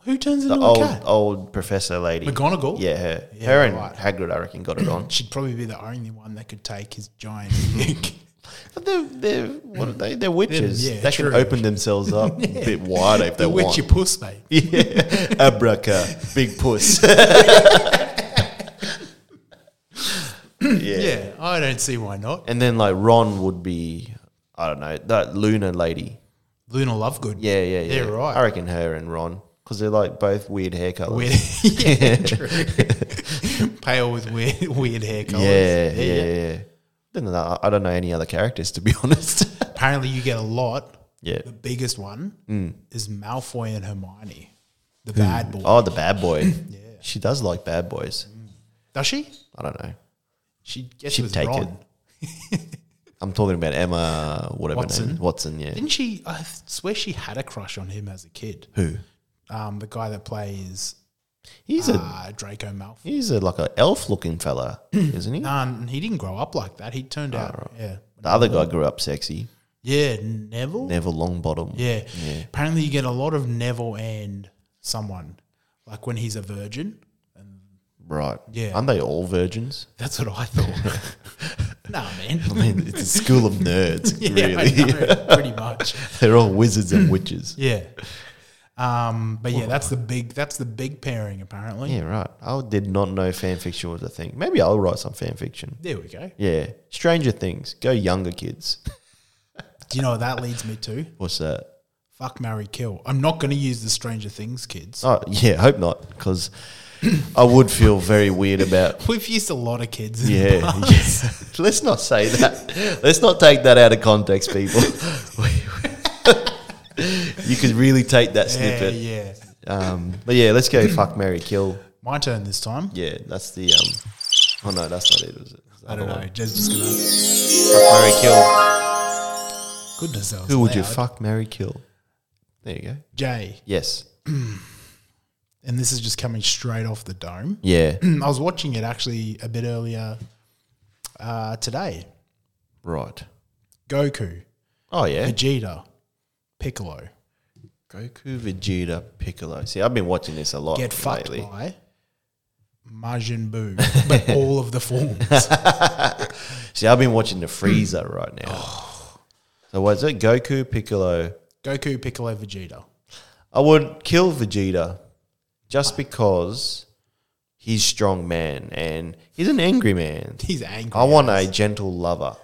Speaker 1: Who turns
Speaker 3: the
Speaker 1: into
Speaker 3: old
Speaker 1: a cat?
Speaker 3: old professor lady,
Speaker 1: McGonagall?
Speaker 3: Yeah, her,
Speaker 1: Yeah,
Speaker 3: her and
Speaker 1: right.
Speaker 3: Hagrid, I reckon, got it on.
Speaker 1: She'd probably be the only one that could take his giant dick.
Speaker 3: but they're, they're what are they? They're witches.
Speaker 1: Yeah,
Speaker 3: they
Speaker 1: true.
Speaker 3: can open themselves up a bit wider if they
Speaker 1: The witch
Speaker 3: want.
Speaker 1: your puss, mate.
Speaker 3: Abraca, big puss. yeah.
Speaker 1: Yeah, I don't see why not.
Speaker 3: and then like Ron would be, I don't know, that Luna lady.
Speaker 1: Luna Lovegood.
Speaker 3: Yeah, yeah, yeah.
Speaker 1: They're right.
Speaker 3: I reckon her and Ron because they're like both weird hair colors.
Speaker 1: Weird, yeah, true. Pale with weird, weird hair colors.
Speaker 3: Yeah, yeah, yeah. Then uh, I I don't know any other characters to be honest.
Speaker 1: Apparently, you get a lot.
Speaker 3: yeah. Mm.
Speaker 1: The biggest one is Malfoy and Hermione, the bad boy.
Speaker 3: Oh, the bad boy. yeah. She does like bad boys.
Speaker 1: Does she?
Speaker 3: I don't know.
Speaker 1: She gets
Speaker 3: She'd
Speaker 1: with
Speaker 3: take
Speaker 1: Ron.
Speaker 3: it. I'm talking about Emma, whatever
Speaker 1: Watson.
Speaker 3: Watson. name. Watson. Yeah.
Speaker 1: Didn't she? I swear she had a crush on him as a kid.
Speaker 3: Who?
Speaker 1: Um, the guy that plays
Speaker 3: He's a
Speaker 1: uh, Draco Malfoy.
Speaker 3: he's a like a elf looking fella, isn't he?
Speaker 1: Um, he didn't grow up like that. He
Speaker 3: Ah,
Speaker 1: turned out, yeah,
Speaker 3: The other guy grew up sexy.
Speaker 1: yeah, Neville.
Speaker 3: Neville Longbottom.
Speaker 1: Yeah. Apparently, you get a lot of Neville and someone, like when he's a virgin.
Speaker 3: Right.
Speaker 1: Yeah.
Speaker 3: Aren't they all virgins?
Speaker 1: That's what I thought. nah, man.
Speaker 3: I mean, it's a school of nerds,
Speaker 1: Yeah, I
Speaker 3: really.
Speaker 1: know, pretty much.
Speaker 3: They're all wizards and witches.
Speaker 1: Yeah. Um, but yeah, that's the big that's the big pairing apparently.
Speaker 3: Yeah, right. I did not know fan fiction was a thing. Maybe I'll write some fan fiction.
Speaker 1: There we go.
Speaker 3: Yeah. Stranger Things. Go younger kids.
Speaker 1: Do you know what that leads me to?
Speaker 3: What's that?
Speaker 1: Fuck Mary Kill. I'm not gonna use the Stranger Things kids.
Speaker 3: Oh, yeah. Hope not, because I would feel very weird about.
Speaker 1: We've used a lot of kids in
Speaker 3: Yeah.
Speaker 1: the past.
Speaker 3: yeah. Let's not say that. Let's not take that out of context, people. you could really take that
Speaker 1: Yeah,
Speaker 3: snippet.
Speaker 1: yeah.
Speaker 3: Um, but yeah, let's go fuck Mary Kill.
Speaker 1: My turn this time.
Speaker 3: Yeah, that's the. Um, oh, no, that's not it, is it? It's the
Speaker 1: I don't
Speaker 3: other
Speaker 1: know.
Speaker 3: one.
Speaker 1: Just, just gonna
Speaker 3: Fuck Mary Kill.
Speaker 1: goodness that was
Speaker 3: Who would you
Speaker 1: loud.
Speaker 3: fuck Mary Kill? There you go.
Speaker 1: Jay.
Speaker 3: Yes.
Speaker 1: And this is just coming straight off the dome.
Speaker 3: Yeah.
Speaker 1: I was watching it actually a bit earlier uh, today.
Speaker 3: right.
Speaker 1: Goku,
Speaker 3: Oh yeah.
Speaker 1: Vegeta, Piccolo
Speaker 3: Goku, Vegeta, Piccolo. See, I've been watching this a lot
Speaker 1: get fucked
Speaker 3: lately.
Speaker 1: by Majin Buu, but all of the forms.
Speaker 3: See, I've been watching the Frieza right now. Oh. So what's it? Goku, Piccolo.
Speaker 1: Goku, Piccolo, Vegeta.
Speaker 3: I would kill Vegeta just because he's strong man and he's an angry man.
Speaker 1: He's angry.
Speaker 3: I want a gentle lover.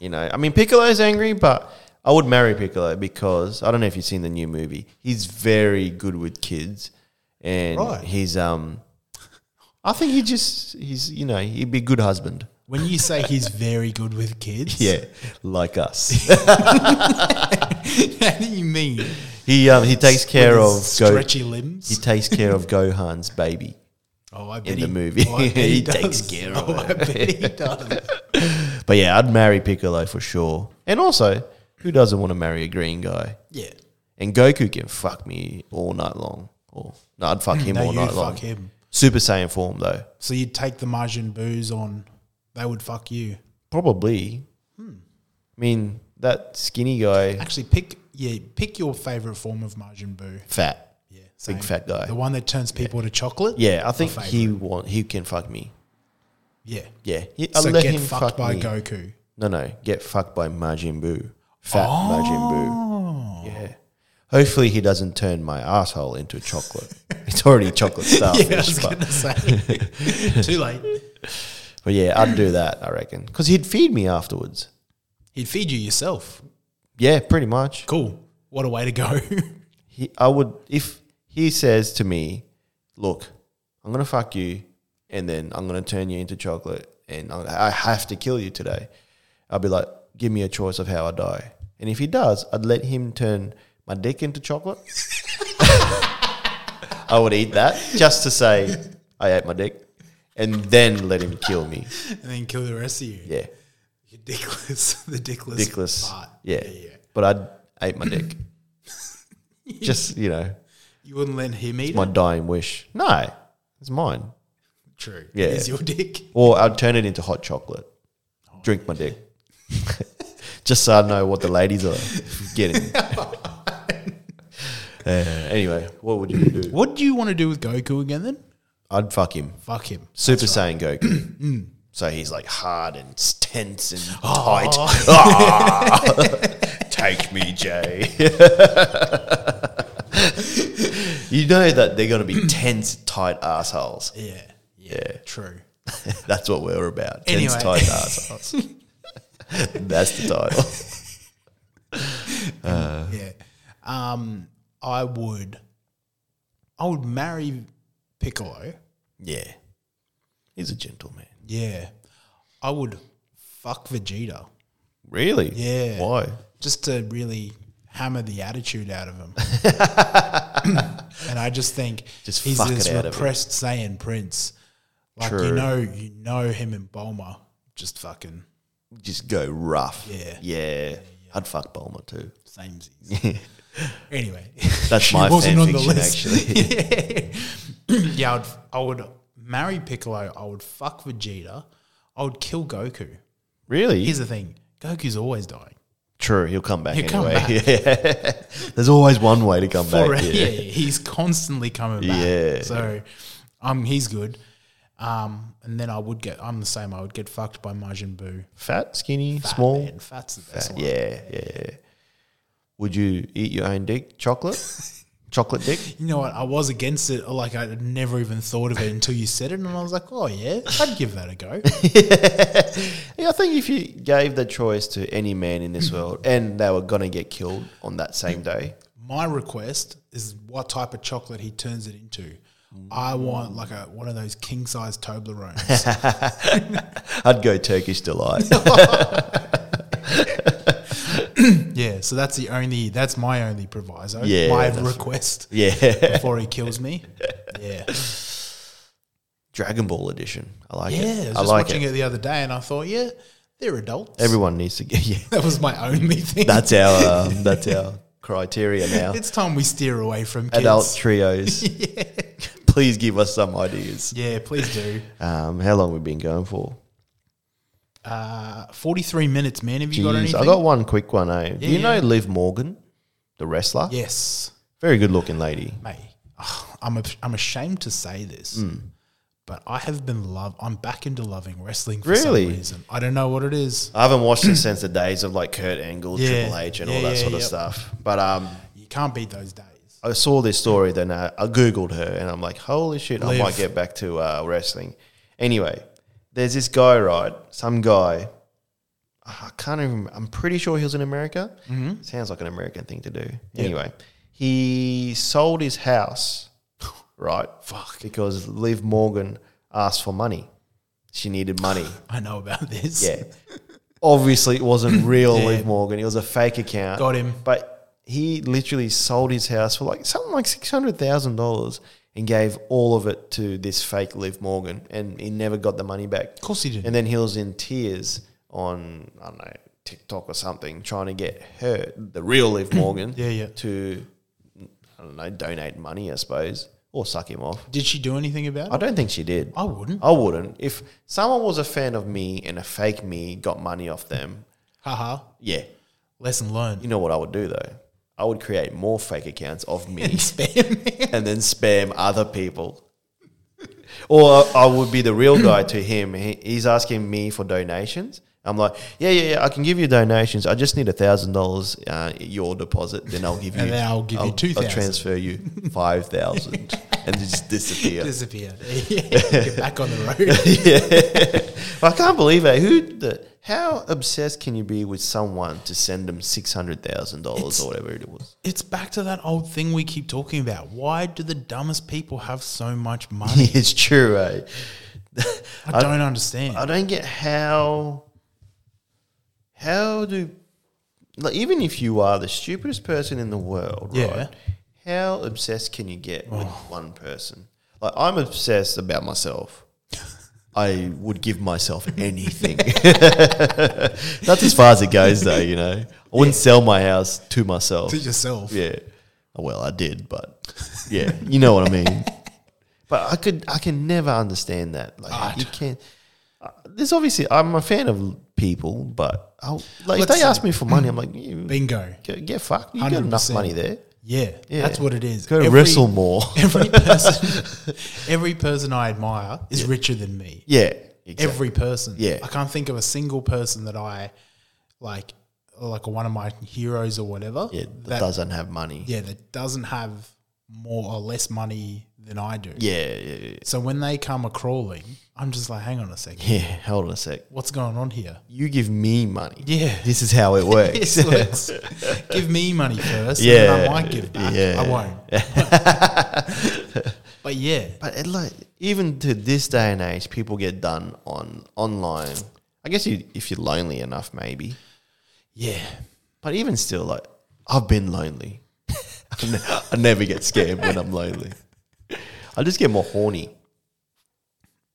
Speaker 3: You know, I mean, Piccolo's angry, but I would marry Piccolo because I don't know if you've seen the new movie. He's very good with kids, and
Speaker 1: Right.
Speaker 3: he's um, I think he just he's you know he'd be a good husband.
Speaker 1: When you say he's very good with kids,
Speaker 3: Yeah, like us.
Speaker 1: how do you mean?
Speaker 3: He um, he takes care
Speaker 1: With
Speaker 3: of
Speaker 1: his
Speaker 3: Go-
Speaker 1: stretchy
Speaker 3: he
Speaker 1: limbs.
Speaker 3: takes care of Gohan's baby.
Speaker 1: Oh, I bet
Speaker 3: the
Speaker 1: he,
Speaker 3: movie.
Speaker 1: oh, I bet
Speaker 3: He
Speaker 1: does.
Speaker 3: takes care of
Speaker 1: Oh, I bet he does.
Speaker 3: But yeah, I'd marry Piccolo for sure. And also, who doesn't want to marry a green guy?
Speaker 1: Yeah.
Speaker 3: And Goku can fuck me all night long. Or no, I'd fuck him
Speaker 1: No,
Speaker 3: all
Speaker 1: you
Speaker 3: night
Speaker 1: fuck
Speaker 3: long.
Speaker 1: him.
Speaker 3: Super Saiyan form though,
Speaker 1: So you'd take the Majin Boos on. They would fuck you.
Speaker 3: probably. I mean, that skinny guy,
Speaker 1: Actually, pick yeah, pick your favorite form of Majin Buu.
Speaker 3: fat,
Speaker 1: Yeah,
Speaker 3: big
Speaker 1: same.
Speaker 3: fat guy.
Speaker 1: The one that turns people to chocolate.
Speaker 3: Yeah, I think
Speaker 1: My
Speaker 3: he want he can fuck me.
Speaker 1: Yeah.
Speaker 3: Yeah, he,
Speaker 1: So
Speaker 3: I'll let
Speaker 1: get
Speaker 3: him
Speaker 1: fucked
Speaker 3: fuck
Speaker 1: by
Speaker 3: me.
Speaker 1: Goku.
Speaker 3: No, no, get fucked by Majin Buu, fat
Speaker 1: Oh.
Speaker 3: Majin Buu. Yeah. Hopefully he doesn't turn my asshole into chocolate. it's already chocolate starfish.
Speaker 1: Yeah, I was
Speaker 3: but-
Speaker 1: gonna say. Too late.
Speaker 3: But yeah, I'd do that, I reckon. Because he'd feed me afterwards.
Speaker 1: He'd feed you yourself.
Speaker 3: Yeah, pretty much.
Speaker 1: Cool. What a way to go.
Speaker 3: He, I would, if he says to me, look, I'm going to fuck you and then I'm going to turn you into chocolate and I, I have to kill you today, I'll be like, give me a choice of how I die. And if he does, I'd let him turn my dick into chocolate. I would eat that just to say I ate my dick and then let him kill me.
Speaker 1: and then kill the rest of you.
Speaker 3: Yeah.
Speaker 1: Your dickless. The dickless,
Speaker 3: dickless.
Speaker 1: part.
Speaker 3: Yeah.
Speaker 1: yeah. yeah.
Speaker 3: But I ate my dick. Just, you know,
Speaker 1: You wouldn't let him eat
Speaker 3: my
Speaker 1: it?
Speaker 3: dying wish. No, it's mine.
Speaker 1: True.
Speaker 3: Yeah.
Speaker 1: It is your dick.
Speaker 3: Or I'd turn it into hot chocolate. Drink my dick. Just so I know what the ladies are getting. Uh, anyway, what would you do?
Speaker 1: What do you want to do with Goku again then?
Speaker 3: I'd fuck him.
Speaker 1: Fuck him.
Speaker 3: Super Saiyan Goku. so he's like hard and tense and
Speaker 1: Oh.
Speaker 3: tight. Ah. Take me, Jay. you know that they're going to be tense, tight assholes.
Speaker 1: Yeah. Yeah. True.
Speaker 3: That's what we're about.
Speaker 1: Anyway.
Speaker 3: Tense, tight assholes. That's the title.
Speaker 1: Yeah. Um, I would I would marry Piccolo.
Speaker 3: Yeah. He's a gentleman.
Speaker 1: Yeah. I would fuck Vegeta.
Speaker 3: Really?
Speaker 1: Yeah.
Speaker 3: Why?
Speaker 1: Just to really hammer the attitude out of him. and I just think
Speaker 3: Just
Speaker 1: he's
Speaker 3: fuck
Speaker 1: this
Speaker 3: it out of him.
Speaker 1: repressed Saiyan prince. Like you
Speaker 3: True.
Speaker 1: know you know him and Bulma just fucking
Speaker 3: Just go rough.
Speaker 1: Yeah.
Speaker 3: Yeah. I'd fuck Bulma too.
Speaker 1: samesies. anyway.
Speaker 3: That's my fan
Speaker 1: wasn't on the
Speaker 3: fiction,
Speaker 1: list.
Speaker 3: actually.
Speaker 1: Yeah, I'd, I would marry Piccolo. I would fuck Vegeta. I would kill Goku.
Speaker 3: Really?
Speaker 1: Here's the thing Goku's always dying.
Speaker 3: True, he'll come back
Speaker 1: He'll come
Speaker 3: anyway. Yeah. There's always one way to come
Speaker 1: For,
Speaker 3: back.
Speaker 1: yeah.
Speaker 3: Yeah.
Speaker 1: he's constantly coming back.
Speaker 3: Yeah.
Speaker 1: So um, he's good. Um, and then I would get, I'm the same. I would get fucked by Majin Buu.
Speaker 3: Fat, skinny, small.
Speaker 1: Man, fat's the best one.
Speaker 3: Oh, Yeah, yeah, yeah. Would you eat your own dick? Chocolate? Chocolate dick?
Speaker 1: You know what? I was against it. Like, I had never even thought of it until you said it. And I was like, oh, yeah, I'd give that a go.
Speaker 3: Yeah, I think if you gave the choice to any man in this world and they were going to get killed on that same day,
Speaker 1: My request is what type of chocolate he turns it into. I want like a one of those king size Toblerones.
Speaker 3: I'd go Turkish delight.
Speaker 1: yeah, so that's the only that's my only proviso.
Speaker 3: Yeah,
Speaker 1: my
Speaker 3: that's-
Speaker 1: request
Speaker 3: yeah.
Speaker 1: before he kills me. Yeah,
Speaker 3: Dragon Ball edition. I like
Speaker 1: yeah. I
Speaker 3: it.
Speaker 1: was just
Speaker 3: I like
Speaker 1: watching
Speaker 3: it.
Speaker 1: it. the other day, and I thought, yeah, they're adults.
Speaker 3: Everyone needs to get, yeah.
Speaker 1: that was my only thing.
Speaker 3: That's our, um, that's our criteria now.
Speaker 1: it's time we steer away from kids.
Speaker 3: Adult trios. Please give us some ideas.
Speaker 1: Yeah, please do.
Speaker 3: Um, how long we been going for?
Speaker 1: Uh, Forty three minutes, man. Have you got
Speaker 3: Jeez,
Speaker 1: anything?
Speaker 3: I got one quick one, eh? Do you
Speaker 1: Yeah,
Speaker 3: know
Speaker 1: yeah.
Speaker 3: Liv Morgan, the wrestler?
Speaker 1: yes.
Speaker 3: Very good looking lady.
Speaker 1: mate, ugh, I'm a, I'm ashamed to say this,
Speaker 3: Hmm.
Speaker 1: but I have been love. I'm back into loving wrestling for
Speaker 3: Really?
Speaker 1: some reason. I don't know what it is.
Speaker 3: I haven't watched it since the days of like Kurt Angle,
Speaker 1: Yeah.
Speaker 3: Triple H, and
Speaker 1: Yeah,
Speaker 3: all that
Speaker 1: yeah,
Speaker 3: sort of
Speaker 1: yep.
Speaker 3: stuff. But um,
Speaker 1: You can't beat those days.
Speaker 3: I saw this story, then I, I googled her, and I'm like, holy shit, I
Speaker 1: Liv.
Speaker 3: might get back to uh, wrestling. Anyway, there's this guy, right? Some guy. I can't even. I'm pretty sure he was in America.
Speaker 1: Mm-hmm.
Speaker 3: Sounds like an American thing to do. Anyway, he sold his house, right? Fuck. Because Liv Morgan asked for money. She needed money.
Speaker 1: I know about this.
Speaker 3: Yeah. Obviously, it wasn't real
Speaker 1: Yeah.
Speaker 3: Liv Morgan. It was a fake account.
Speaker 1: Got him.
Speaker 3: But he literally sold his house for like something like six hundred thousand dollars and gave all of it to this fake Liv Morgan, and he never got the money back. Of
Speaker 1: course he didn't.
Speaker 3: And then he was in tears on I don't know TikTok or something, trying to get her, the real Liv Morgan,
Speaker 1: Yeah, yeah.
Speaker 3: to I don't know, donate money, I suppose, or suck him off.
Speaker 1: Did she do anything about
Speaker 3: I
Speaker 1: it?
Speaker 3: don't think she did.
Speaker 1: I wouldn't.
Speaker 3: I wouldn't. If someone was a fan of me and a fake me got money off them,
Speaker 1: Haha.
Speaker 3: yeah.
Speaker 1: Lesson learned.
Speaker 3: You know what I would do though? I would create more fake accounts of me
Speaker 1: Spam man.
Speaker 3: and then spam other people. Or I would be the real guy to him. He, he's asking me for donations. I'm like, yeah, yeah, yeah. I can give you donations. I just need a thousand dollars uh, your deposit. Then I'll give you.
Speaker 1: And then I'll give you 2,000.
Speaker 3: I'll transfer you five thousand and just disappear.
Speaker 1: Disappear. Yeah. Get back on the road.
Speaker 3: I can't believe it. Who? The, how obsessed can you be with someone to send them six hundred thousand dollars or whatever it was?
Speaker 1: It's back to that old thing we keep talking about. Why do the dumbest people have so much money?
Speaker 3: it's true, eh?
Speaker 1: I don't understand.
Speaker 3: I don't get how. How do, like, even if you are the stupidest person in the world,
Speaker 1: Yeah.
Speaker 3: right? How obsessed can you get with one person? Like, I'm obsessed about myself. I would give myself anything. That's as far as it goes, though. You know, I wouldn't sell my house to myself.
Speaker 1: to yourself.
Speaker 3: Yeah. Well, I did, but yeah, you know what I mean. But I could, I can never understand that. Like you can't. Uh, there's obviously, I'm a fan of people, but I'll, like if
Speaker 1: Let's
Speaker 3: they ask me for money, I'm like, you,
Speaker 1: Bingo.
Speaker 3: get, get fucked. You got enough
Speaker 1: 100%.
Speaker 3: money there.
Speaker 1: Yeah,
Speaker 3: Yeah.
Speaker 1: That's what it is.
Speaker 3: Go to
Speaker 1: Every-
Speaker 3: wrestle more.
Speaker 1: Every person, every person I admire is richer than me.
Speaker 3: yeah. Exactly.
Speaker 1: Every person.
Speaker 3: Yeah.
Speaker 1: I can't think of a single person that I like, like one of my heroes or whatever.
Speaker 3: yeah, that, doesn't have money.
Speaker 1: Yeah, that doesn't have more or less money than I do.
Speaker 3: Yeah. Yeah. Yeah.
Speaker 1: So when they come a crawling, I'm just like, hang on a second,
Speaker 3: yeah. Hold on a sec.
Speaker 1: what's going on here?
Speaker 3: You give me money.
Speaker 1: Yeah.
Speaker 3: This is how it works.
Speaker 1: It's like, give me money first. Yeah, and then I
Speaker 3: Yeah.
Speaker 1: might give back.
Speaker 3: Yeah.
Speaker 1: I won't. but yeah,
Speaker 3: But it, like even to this day and age, people get done on online. I guess you, if you're lonely enough, maybe.
Speaker 1: yeah.
Speaker 3: But even still, like I've been lonely. I, ne- I never get scared when I'm lonely. I just get more horny.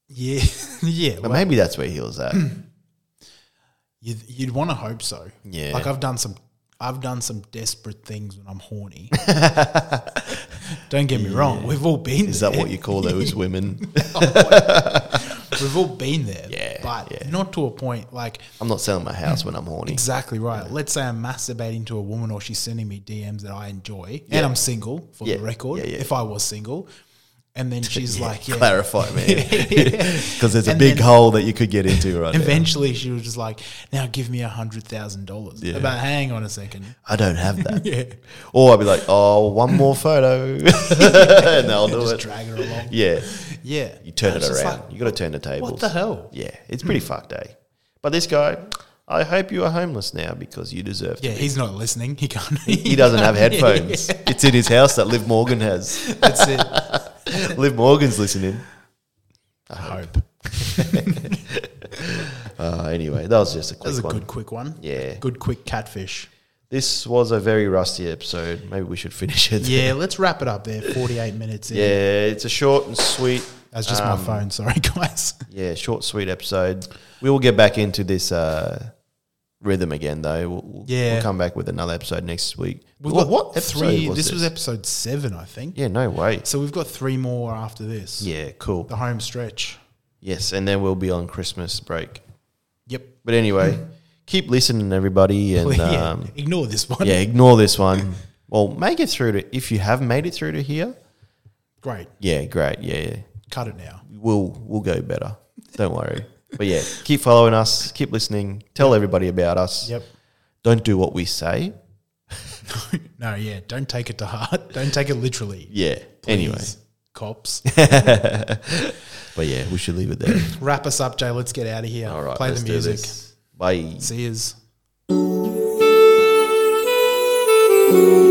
Speaker 1: Yeah, yeah.
Speaker 3: But
Speaker 1: well,
Speaker 3: maybe that's where he was at.
Speaker 1: you'd, you'd want to hope so.
Speaker 3: Yeah.
Speaker 1: Like I've done some, I've done some desperate things when I'm horny. Don't get me wrong. We've all been.
Speaker 3: Is
Speaker 1: there.
Speaker 3: that what you call those women?
Speaker 1: We've all been there.
Speaker 3: Yeah,
Speaker 1: But
Speaker 3: yeah.
Speaker 1: not to a point like
Speaker 3: I'm not selling my house when I'm horny.
Speaker 1: exactly right. Let's say I'm masturbating to a woman, or she's sending me DMs that I enjoy, and I'm single for
Speaker 3: Yeah,
Speaker 1: the record.
Speaker 3: yeah, yeah.
Speaker 1: If I was single, and then she's like, yeah.
Speaker 3: Clarify, man, because there's a
Speaker 1: And
Speaker 3: big
Speaker 1: then-
Speaker 3: hole that you could get into right now.
Speaker 1: Eventually, she was just like, "Now give me a hundred thousand dollars."
Speaker 3: Yeah.
Speaker 1: About hang on a second,
Speaker 3: I don't have that.
Speaker 1: yeah,
Speaker 3: Or I'd be like, oh, one more photo, and I'll do
Speaker 1: just
Speaker 3: it.
Speaker 1: drag her along.
Speaker 3: Yeah.
Speaker 1: Yeah.
Speaker 3: You turn
Speaker 1: I was
Speaker 3: it
Speaker 1: just
Speaker 3: around.
Speaker 1: like,
Speaker 3: you got to turn the tables.
Speaker 1: what the hell?
Speaker 3: Yeah, it's pretty fucked, eh? But this guy, I hope you are homeless now because you deserve.
Speaker 1: Yeah,
Speaker 3: to be.
Speaker 1: he's not listening. He can't.
Speaker 3: he doesn't have headphones. It's in his house that Liv Morgan has.
Speaker 1: That's it. I
Speaker 3: Liv Morgan's listening.
Speaker 1: hope. That
Speaker 3: Uh, anyway, that was just a quick
Speaker 1: was a
Speaker 3: one.
Speaker 1: good quick one.
Speaker 3: Yeah.
Speaker 1: Good quick catfish.
Speaker 3: This was a very rusty episode. Maybe we should finish it.
Speaker 1: Yeah, let's wrap it up there. 48 minutes in.
Speaker 3: yeah, Um, it's a short and sweet.
Speaker 1: That's just my phone. Sorry, guys.
Speaker 3: Yeah, short, sweet episode. We will get back into this uh, rhythm again, though. We'll- We'll,
Speaker 1: Yeah.
Speaker 3: we'll come back with another episode next week.
Speaker 1: We've
Speaker 3: What-
Speaker 1: got
Speaker 3: what episode
Speaker 1: three?
Speaker 3: was
Speaker 1: this, was
Speaker 3: this?
Speaker 1: episode seven, I think.
Speaker 3: Yeah, no way.
Speaker 1: So we've got three more after this.
Speaker 3: Yeah, cool.
Speaker 1: The home stretch.
Speaker 3: Yes, and then we'll be on Christmas break.
Speaker 1: Yep.
Speaker 3: But anyway, keep listening, everybody, and
Speaker 1: yeah.
Speaker 3: um,
Speaker 1: Ignore this one.
Speaker 3: yeah, ignore this one. Well, make it through to if you have made it through to here.
Speaker 1: Great.
Speaker 3: Yeah, great. Yeah, yeah.
Speaker 1: Cut it now.
Speaker 3: we'll we'll go better. Don't worry. But yeah, keep following us. Keep listening. Tell everybody about us.
Speaker 1: Yep.
Speaker 3: Don't do what we say.
Speaker 1: No, yeah. Don't take it to heart. Don't take it literally.
Speaker 3: Yeah. Anyway,
Speaker 1: Please, Cops.
Speaker 3: but yeah, we should leave it there.
Speaker 1: Wrap us up, Jay. Let's get out of here.
Speaker 3: All right.
Speaker 1: Play
Speaker 3: let's
Speaker 1: the
Speaker 3: do
Speaker 1: music.
Speaker 3: this. Bye.
Speaker 1: See yous.
Speaker 4: Ooh.